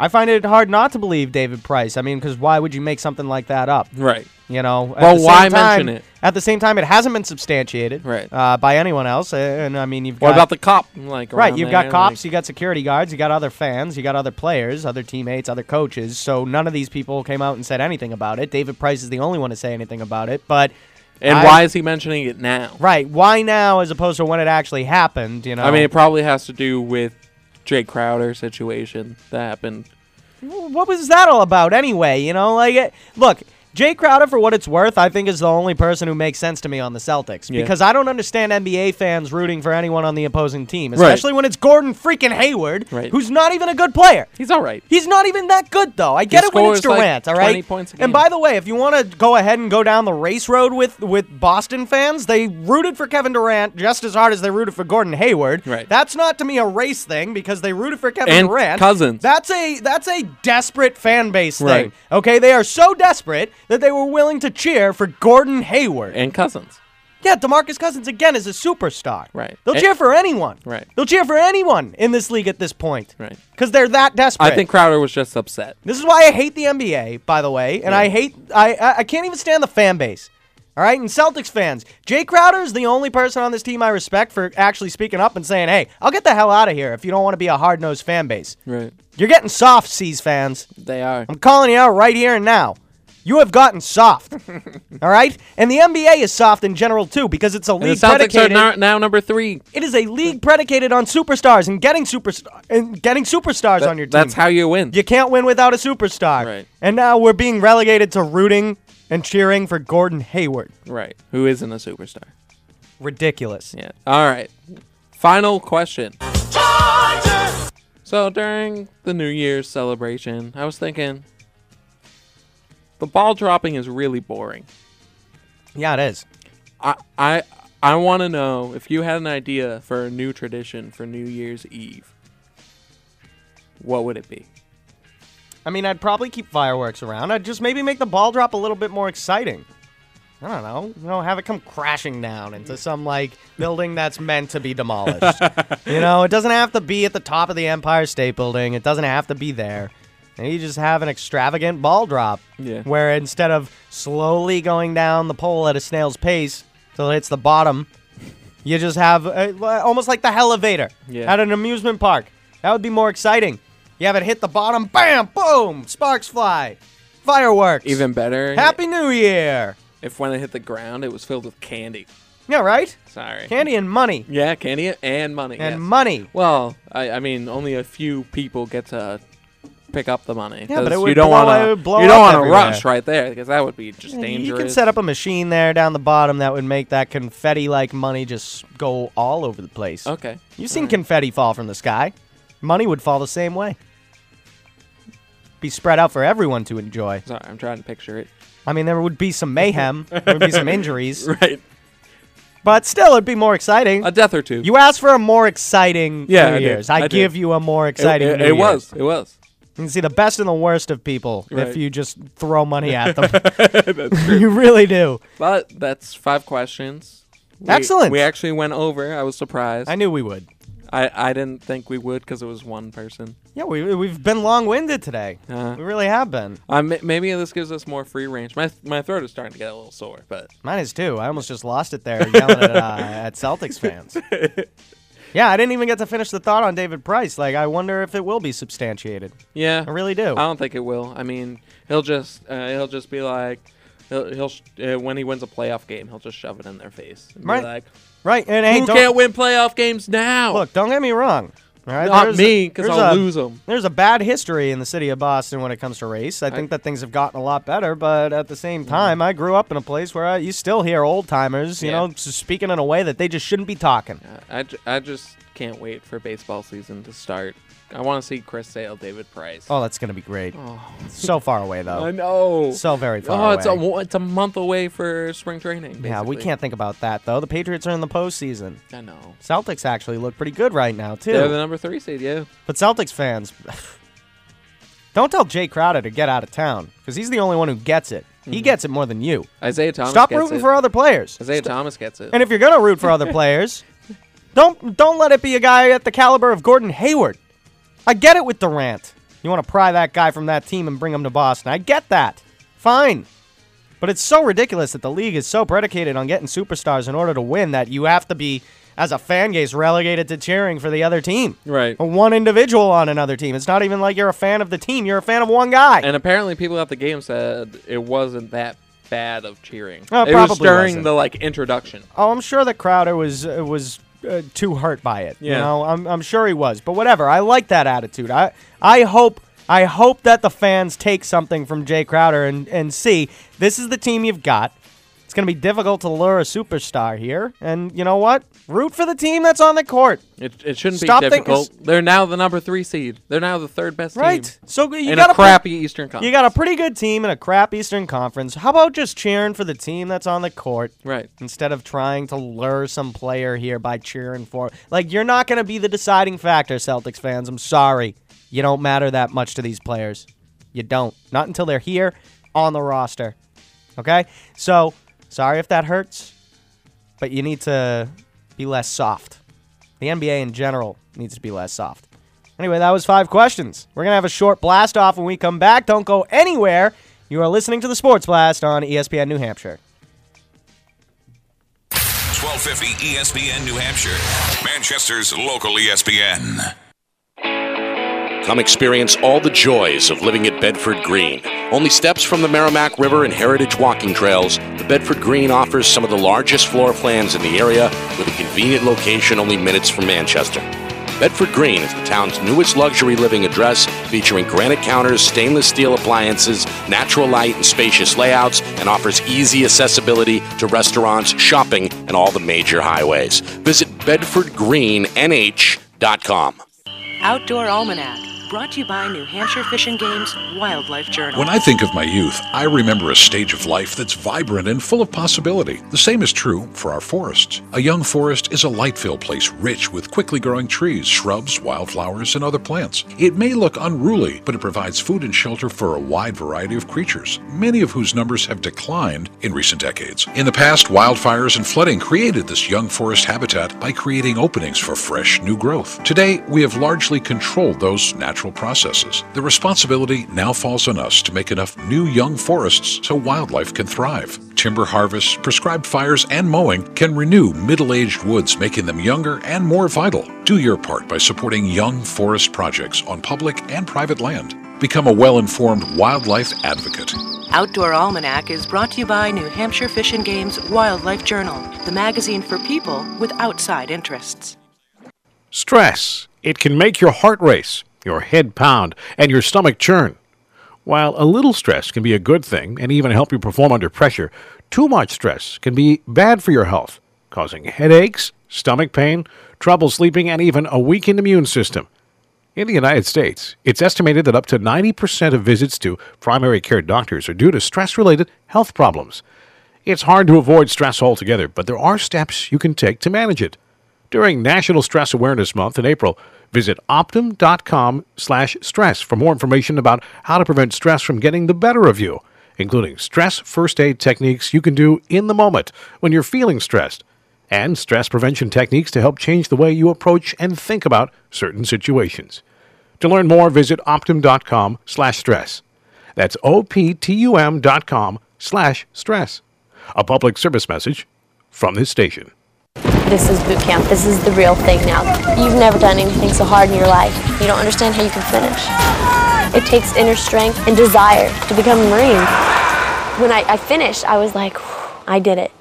E: I find it hard not to believe David Price. I mean, because why would you make something like that up?
F: Right.
E: You know. at
F: Well,
E: the
F: why
E: same time-
F: mention it?
E: At the same time, it hasn't been substantiated.
F: Right.
E: Uh, by anyone else, uh, and I mean, you've
F: What
E: got
F: about the cop? Like
E: right,
F: around
E: you've
F: there,
E: got cops,
F: like-
E: you got security guards, you got other fans, you got other players, other teammates, other coaches. So none of these people came out and said anything about it. David Price is the only one to say anything about it. But
F: and
E: I-
F: why is he mentioning it now?
E: right? Why now as opposed to when it actually happened? You know,
F: I mean, it probably has to do with Jay Crowder situation that happened.
E: what was that all about anyway? You know, like it, look, Jay Crowder, for what it's worth, I think is the only person who makes sense to me on the Celtics
F: Yeah.
E: because I don't understand NBA fans rooting for anyone on the opposing team,
F: Right.
E: especially when it's Gordon freaking Hayward,
F: Right.
E: who's not even a good player.
F: He's all right.
E: He's not even that good though. I get it when it's
F: scores, like,
E: Durant, all right.
F: 20 points a game.
E: And by the way, if you want to go ahead and go down the race road with with Boston fans, they rooted for Kevin Durant just as hard as they rooted for Gordon Hayward.
F: Right.
E: That's not to me a race thing because they rooted for Kevin
F: And
E: Durant.
F: Cousins.
E: That's a that's a desperate fan base thing.
F: Right.
E: Okay, they are so desperate that they were willing to cheer for Gordon Hayward.
F: And Cousins.
E: Yeah, DeMarcus Cousins again is a superstar.
F: Right.
E: They'll
F: And-
E: cheer for anyone.
F: Right.
E: They'll cheer for anyone in this league at this point.
F: Right.
E: Because they're that desperate.
F: I think Crowder was just upset.
E: This is why I hate the NBA, by the way, and I hate I- I I can't even stand the fan base. All right, and Celtics fans, Jay Crowder is the only person on this team I respect for actually speaking up and saying, "Hey, I'll get the hell out of here if you don't want to be a hard nosed fan base."
F: Right.
E: You're getting soft, C's fans.
F: They are.
E: I'm calling you out right here and now. You have gotten soft. all right, and the NBA is soft in general too because it's a
F: And the
E: league
F: Celtics are
E: predicated.
F: now, now number three.
E: it is a league predicated on superstars and getting superstar and getting superstars on your team.
F: That's how you win.
E: You can't win without a superstar.
F: Right.
E: And now we're being relegated to rooting and cheering for Gordon Hayward.
F: Right. Who isn't a superstar?
E: Ridiculous.
F: Yeah. All right. Final question. So during the New Year's celebration, I was thinking the ball dropping is really boring.
E: Yeah, it is.
F: I I I want to know if you had an idea for a new tradition for New Year's Eve. What would it be?
E: I mean, I'd probably keep fireworks around. I'd just maybe make the ball drop a little bit more exciting. I don't know. You know, have it come crashing down into some like building that's meant to be demolished. you know, it doesn't have to be at the top of the Empire State Building. It doesn't have to be there. And you just have an extravagant ball drop.
F: Yeah.
E: Where instead of slowly going down the pole at a snail's pace till it hits the bottom, you just have uh, almost like the elevator
F: Yeah.
E: at an amusement park. That would be more exciting. You have it hit the bottom, bam, boom, sparks fly, fireworks.
F: Even better.
E: Happy New Year.
F: if when it hit the ground, it was filled with candy.
E: Yeah, right?
F: Sorry.
E: Candy and money.
F: Yeah, candy and money. yes.
E: And money.
F: Well, I, I mean, only a few people get to pick up the money.
E: Yeah, but
F: 'cause
E: it would
F: you don't
E: blow-
F: wanna-
E: it would blow
F: you don't
E: up
F: wanna
E: everywhere.
F: rush right there because that would be just dangerous.
E: You can set up a machine there down the bottom that would make that confetti like money just go all over the place.
F: Okay.
E: You've seen confetti fall from the sky. Money would fall the same way. Be spread out for everyone to enjoy.
F: Sorry, I'm trying to picture it.
E: I mean, there would be some mayhem, there would be some injuries.
F: Right.
E: But still, it'd be more exciting.
F: A death or two.
E: You asked for a more exciting
F: Yeah, I
E: New
F: did.
E: Year's. I,
F: I did.
E: give you a more
F: It-
E: exciting
F: it-
E: New
F: it
E: Year's.
F: was. It was.
E: You can see the best and the worst of people
F: Right.
E: if you just throw money at them.
F: That's true.
E: you really do.
F: But that's five questions. We-
E: Excellent.
F: We actually went over. I was surprised.
E: I knew we would.
F: I, I didn't think we would because it was one person.
E: Yeah, we, we've been long winded today.
F: Uh,
E: we really have been.
F: I ma- Uh, maybe this gives us more free range. My my throat is starting to get a little sore, but
E: Mine is too. I almost just lost it there yelling at, uh, at Celtics fans. Yeah, I didn't even get to finish the thought on David Price. Like, I wonder if it will be substantiated.
F: yeah,
E: I really do.
F: I don't think it will. I mean, he'll just uh, he'll just be like he'll, he'll sh- uh, when he wins a playoff game, he'll just shove it in their face. and be
E: Right.
F: like,
E: Right, and hey,
F: Who
E: don't-
F: can't win playoff games now?
E: Look, don't get me wrong. All right,
F: Not
E: there's
F: me, 'cause
E: there's
F: I'll
E: a-
F: lose 'em.
E: There's a bad history in the city of Boston when it comes to race. I
F: I- Mm-hmm.
E: think that things have gotten a lot better, but at the same time, I grew up in a place where I, you still hear old timers, you
F: Yeah.
E: know, s- speaking in a way that they just shouldn't be talking.
F: I, ju- I just can't wait for baseball season to start. I want to see Chris Sale, David Price.
E: Oh, that's gonna be great.
F: Oh.
E: So far away though.
F: I know.
E: So very
F: Oh,
E: far
F: it's a
E: away.
F: mo- it's a month away for spring training.
E: yeah,
F: basically.
E: we can't think about that though. The Patriots are in the postseason.
F: I know.
E: Celtics actually look pretty good right now too.
F: They're the number three seed. Yeah.
E: But Celtics fans, don't tell Jay Crowder to get out of town because he's the only one who gets it. He gets it more than you.
F: Isaiah Mm-hmm. Thomas.
E: Stop
F: gets
E: rooting
F: it.
E: for other players.
F: Isaiah Thomas gets it.
E: And if you're gonna root for other players, don't don't let it be a guy at the caliber of Gordon Hayward. I get it with Durant. You want to pry that guy from that team and bring him to Boston. I get that. Fine. But it's so ridiculous that the league is so predicated on getting superstars in order to win that you have to be, as a fan base, relegated to cheering for the other team.
F: Right.
E: Or one individual on another team. It's not even like you're a fan of the team, you're a fan of one guy.
F: And apparently, people at the game said it wasn't that bad of cheering.
E: Oh,
F: it was
E: probably
F: during
E: wasn't.
F: the like introduction.
E: Oh, I'm sure that Crowder was uh, was uh, too hurt by it. You
F: Yeah.
E: know, I'm, I'm sure he was. But whatever, I like that attitude. I I hope I hope that the fans take something from Jay Crowder and and see this is the team you've got. It's going to be difficult to lure a superstar here, and you know what? Root for the team that's on the court.
F: It, it shouldn't
E: Stop
F: be
E: thinking-
F: difficult. They're now the number three seed. They're now the third best
E: Right.
F: team.
E: So uh, you
F: in
E: got
F: a crappy Eastern Conference.
E: You got a pretty good team in a crap Eastern Conference. How about just cheering for the team that's on the court?
F: Right.
E: Instead of trying to lure some player here by cheering for like you're not going to be the deciding factor, Celtics fans. I'm sorry. You don't matter that much to these players. You don't. Not until they're here on the roster. Okay? So, sorry if that hurts, but you need to be less soft. The NBA in general needs to be less soft. Anyway, that was five questions. We're going to have a short blast off when we come back. Don't go anywhere. You are listening to the Sports Blast on E ESPN New Hampshire.
N: 1250 ESPN New Hampshire, Manchester's local E ESPN.
Q: Come experience all the joys of living at Bedford Green. Only steps from the Merrimack River and Heritage Walking Trails, the Bedford Green offers some of the largest floor plans in the area with a convenient location only minutes from Manchester. Bedford Green is the town's newest luxury living address featuring granite counters, stainless steel appliances, natural light, and spacious layouts, and offers easy accessibility to restaurants, shopping, and all the major highways. Visit bedfordgreennh.com.
R: Outdoor Almanac, brought to you by New Hampshire Fish and Game's Wildlife Journal.
S: When I think of my youth, I remember a stage of life that's vibrant and full of possibility. The same is true for our forests. A young forest is a light filled place rich with quickly growing trees, shrubs, wildflowers, and other plants. It may look unruly, but it provides food and shelter for a wide variety of creatures, many of whose numbers have declined in recent decades. In the past, wildfires and flooding created this young forest habitat by creating openings for fresh new growth. Today, we have largely controlled those natural processes. The responsibility now falls on us to make enough new young forests so wildlife can thrive. Timber harvests, prescribed fires, and mowing can renew middle aged woods, making them younger and more vital. Do your part by supporting young forest projects on public and private land. Become a well informed wildlife advocate.
R: Outdoor Almanac is brought to you by New Hampshire Fish and Game's Wildlife Journal, the magazine for people with outside interests.
T: Stress. It can make your heart race. your head pound, and your stomach churn. While a little stress can be a good thing and even help you perform under pressure, too much stress can be bad for your health, causing headaches, stomach pain, trouble sleeping, and even a weakened immune system. In the United States, it's estimated that up to 90% of visits to primary care doctors are due to stress related health problems. It's hard to avoid stress altogether, but there are steps you can take to manage it. During National Stress Awareness Month in April, visit optum.com/stress for more information about how to prevent stress from getting the better of you, including stress first aid techniques you can do in the moment when you're feeling stressed, and stress prevention techniques to help change the way you approach and think about certain situations. To learn more, visit optum.com/stress. That's optum dot com slash stress. A public service message from this station.
K: This is boot camp. This is the real thing now. You've never done anything so hard in your life. You don't understand how you can finish. It takes inner strength and desire to become a Marine. When I, I finished, I was like, "Whew, I did it.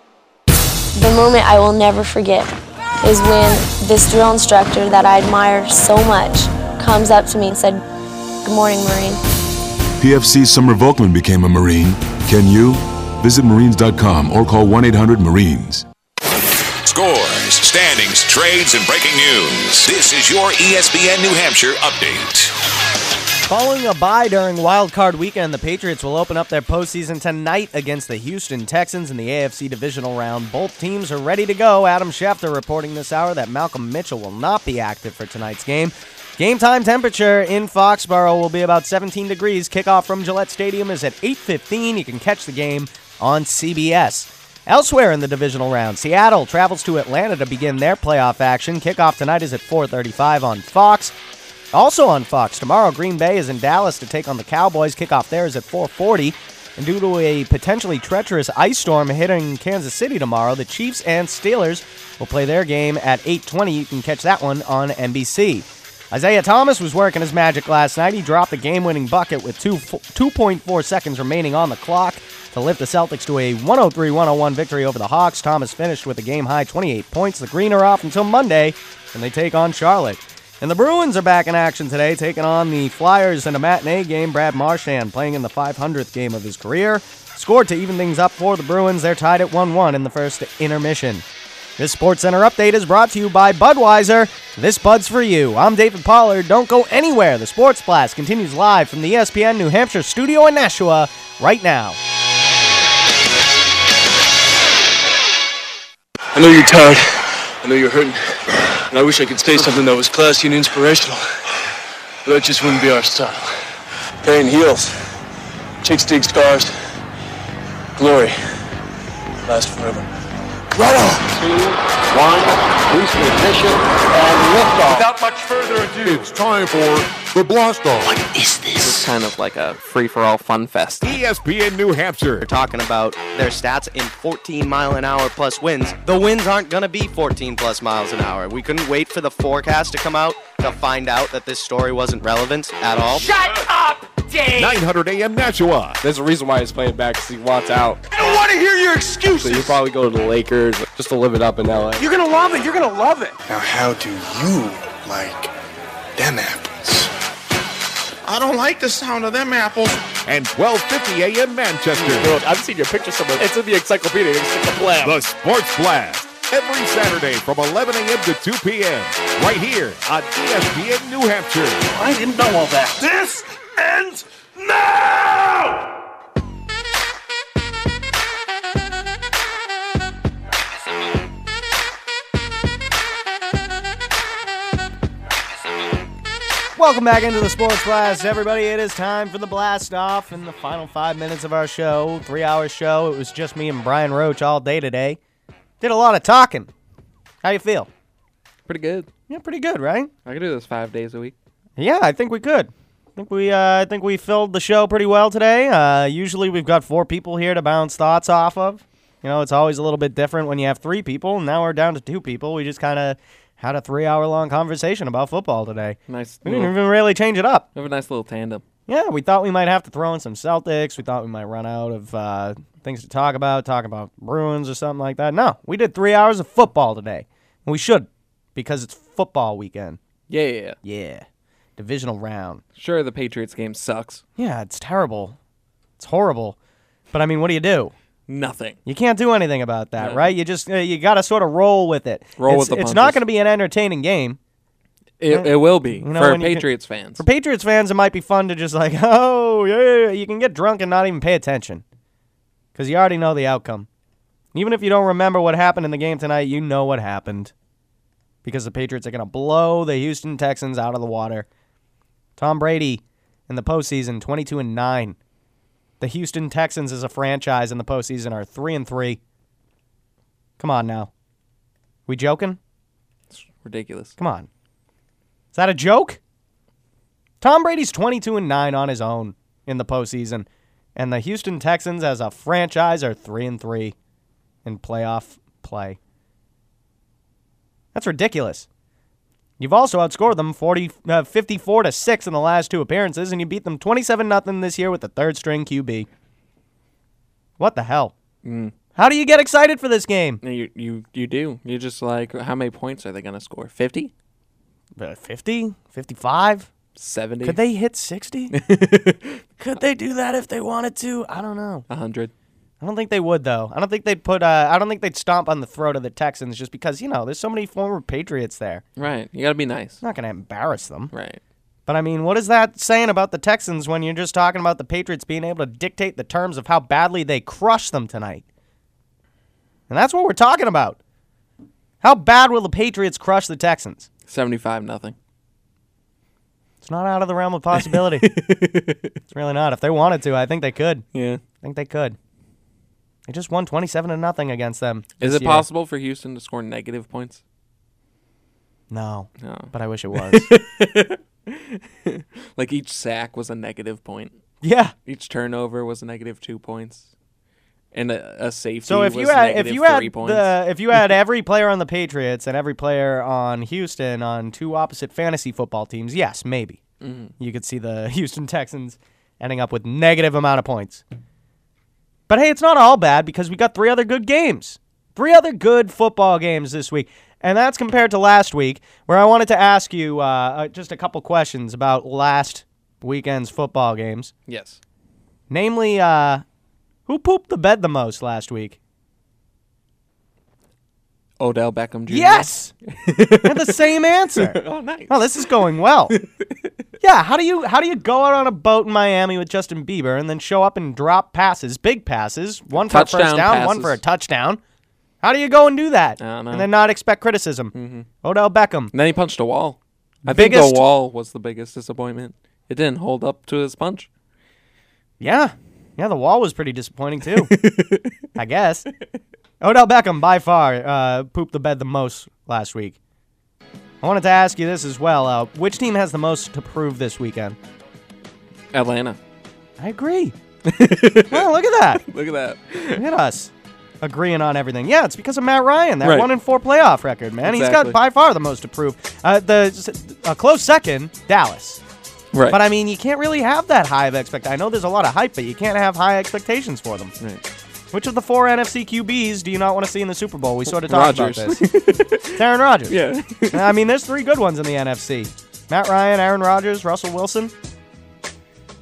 K: The moment I will never forget is when this drill instructor that I admire so much comes up to me and said, Good morning, Marine.
A: PFC Summer Volkman became a Marine. Can you? Visit Marines.com or call 1 800 Marines.
N: Scores, standings, trades, and breaking news. This is your E ESPN New Hampshire update.
E: Following a bye during Wild Card Weekend, the Patriots will open up their postseason tonight against the Houston Texans in the AFC Divisional Round. Both teams are ready to go. Adam Schefter reporting this hour that Malcolm Mitchell will not be active for tonight's game. Game time temperature in Foxborough will be about 17 degrees. Kickoff from Gillette Stadium is at 8:15. You can catch the game on CBS. Elsewhere in the divisional round, Seattle travels to Atlanta to begin their playoff action. Kickoff tonight is at 4:35 on Fox. Also on Fox tomorrow, Green Bay is in Dallas to take on the Cowboys. Kickoff there is at 4:40. And due to a potentially treacherous ice storm hitting Kansas City tomorrow, the Chiefs and Steelers will play their game at 8:20. You can catch that one on NBC. Isaiah Thomas was working his magic last night. He dropped the game-winning bucket with two, 2.4 seconds remaining on the clock to lift the Celtics to a 103-101 victory over the Hawks. Thomas finished with a game-high 28 points. The Green are off until Monday, and they take on Charlotte. And the Bruins are back in action today, taking on the Flyers in a matinee game. Brad Marchand playing in the 500th game of his career. Scored to even things up for the Bruins. They're tied at 1-1 in the first intermission. This Sports Center update is brought to you by Budweiser. This Bud's for you. I'm David Pollard. Don't go anywhere. The Sports Blast continues live from the E ESPN New Hampshire studio in Nashua right now.
U: I know you're tired. I know you're hurting. And I wish I could say something that was classy and inspirational. But that just wouldn't be our style. Pain heals. Chicks dig scars. Glory lasts forever. Right
P: One, boost ignition, and liftoff. Without much further ado, it's time for the blast off. What is this?
V: It's kind of like a free for all fun fest.
P: ESPN New Hampshire.
V: They're talking about their stats in 14 mile an hour plus winds. The winds aren't going to be 14 plus miles an hour. We couldn't wait for the forecast to come out to find out that this story wasn't relevant at all.
O: Shut up, Dave!
P: 900 AM Nashua.
V: There's a reason why he's playing back because he wants out.
O: I don't want to hear your excuses.
V: So you probably go to the Lakers just to live it up in LA.
O: You're gonna love it. You're gonna love it.
W: Now, how do you like them apples?
O: I don't like the sound of them apples.
P: And 1250 AM Manchester.
V: I've seen your picture somewhere. It's in the encyclopedia. It's just a blab.
P: The Sports Blast. Every Saturday from 11 AM to 2 PM. Right here on ESPN New Hampshire.
O: I didn't know all that. This ends now.
E: Welcome back into the Sports Blast, everybody. It is time for the blast off and the final five minutes of our show, three hour show. It was just me and Brian Roach all day today. Did a lot of talking. How you feel?
F: Pretty good.
E: Yeah, pretty good, right?
F: I could do this five days a week.
E: Yeah, I think we could. I think we, uh, I think we filled the show pretty well today. Uh, usually we've got four people here to bounce thoughts off of. You know, it's always a little bit different when you have three people. Now we're down to two people. We just kind of had a three-hour-long conversation about football today.
F: Nice.
E: We didn't even really change it up.
F: Have a nice little tandem.
E: Yeah, we thought we might have to throw in some Celtics. We thought we might run out of uh, things to talk about, talk about Bruins or something like that. No, we did three hours of football today. And we should, because it's football weekend.
F: Yeah.
E: Yeah. divisional round.
F: Sure, the Patriots game sucks.
E: Yeah, it's terrible. It's horrible. But I mean, what do you do?
F: Nothing.
E: You can't do anything about that,
F: No.
E: right? You just uh, you got to sort of roll with it.
F: Roll
E: it's,
F: with the
E: It's not
F: punches.
E: going to be an entertaining game.
F: It,
E: Yeah.
F: it will be
E: You know,
F: for
E: and you can-
F: Patriots fans.
E: For Patriots fans, it might be fun to just like, oh yeah, you can get drunk and not even pay attention because you already know the outcome. Even if you don't remember what happened in the game tonight, you know what happened because the Patriots are going to blow the Houston Texans out of the water. Tom Brady in the postseason, twenty-two and nine. The Houston Texans as a franchise in the postseason are three and three. Come on now, we joking?
F: Ridiculous.
E: Come on. Is that a joke? Tom Brady's 22 and 9 on his own in the postseason, and the Houston Texans as a franchise are 3 and 3 in playoff play. That's ridiculous. You've also outscored them 40, uh, 54 to 6 in the last two appearances, and you beat them 27 0 this year with the third string QB. What the hell?
F: Mm.
E: How do you get excited for this game?
F: You you you do. You're just like, how many points are they gonna score? Fifty?
E: Uh, 50? 55?
F: 70?
E: Could they hit 60? Could they do that if they wanted to? I don't know.
F: A hundred?
E: I don't think they would though. I don't think they'd put. Uh, I don't think they'd stomp on the throat of the Texans just because you know there's so many former Patriots there.
F: Right. You gotta be nice.
E: It's not going to embarrass them.
F: Right.
E: But I mean, what is that saying about the Texans when you're just talking about the Patriots being able to dictate the terms of how badly they crushed them tonight? And that's what we're talking about. How bad will the Patriots crush the Texans?
F: Seventy-five nothing.
E: It's not out of the realm of possibility. it's really not. If they wanted to, I think they could.
F: Yeah.
E: I think they could. They just won 27 to nothing against them.
F: Is it
E: this year.
F: possible for Houston to score negative points?
E: No.
F: No.
E: But I wish it was.
F: like each sack was a negative point.
E: Yeah.
F: Each turnover was a negative two points, and a, a safety.
E: so if
F: was
E: you had if
F: negative
E: you had
F: three points.
E: the if you had every player on the Patriots and every player on Houston on two opposite fantasy football teams, yes, maybe.
F: Mhm.
E: You could see the Houston Texans ending up with negative amount of points. But hey, it's not all bad because we got three other good games. Three other good football games this week. And that's compared to last week, where I wanted to ask you uh, uh, just a couple questions about last weekend's football games.
F: yes,
E: Namely, uh, who pooped the bed the most last week?
F: Odell Beckham Jr.
E: Yes, I had the same answer.
F: oh, nice.
E: Oh, this is going well. yeah, how do you how do you go out on a boat in Miami with Justin Bieber and then show up and drop passes, big passes, one for a first
F: Touchdown
E: down, one for a
F: passes.
E: touchdown? How do you go and do that
F: I don't know.
E: and then not expect criticism? Odell Beckham.
F: And then he punched a wall. I think
E: Biggest-
F: the wall was the biggest disappointment. It didn't hold up to his punch.
E: Yeah, yeah, the wall was pretty disappointing too. I guess Odell Beckham by far uh, pooped the bed the most last week. I wanted to ask you this as well. Uh, which team has the most to prove this weekend?
F: Atlanta.
E: I agree. well, Oh, look at that.
F: Look at that.
E: Look at us agreeing on everything. Yeah, it's because of Matt Ryan, that
F: Right.
E: one in four playoff record, man. He's got
F: Exactly.
E: by far the most to prove. Uh, the a close second, Dallas.
F: Right.
E: But I mean, you can't really have that high of expect. I know there's a lot of hype, but you can't have high expectations for them.
F: Right.
E: Which of the four NFC QBs do you not want to see in the Super Bowl? We sort of talked about
F: Rodgers.
E: this. Aaron Rodgers. Uh,
F: Yeah.
E: I mean, there's three good ones in the NFC. Matt Ryan, Aaron Rodgers, Russell Wilson.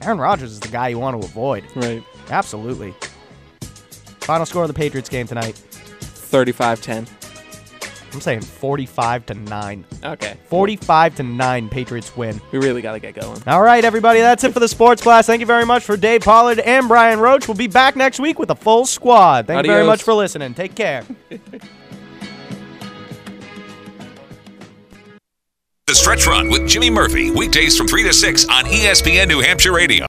E: Aaron Rodgers is the guy you want to avoid.
F: Right.
E: Absolutely. Final score of the Patriots game tonight.
F: 35-10.
E: I'm saying 45 to 9.
F: Okay.
E: 45 to 9 Patriots win.
F: We really got to get going.
E: All right, everybody, that's it for the sports class. Thank you very much for Dave Pollard and Brian Roach. We'll be back next week with a full squad. Thank you very
F: Adios.
E: much for listening. Take care.
N: E The Stretch Run with Jimmy Murphy, weekdays from 3 to 6 on ESPN New Hampshire Radio.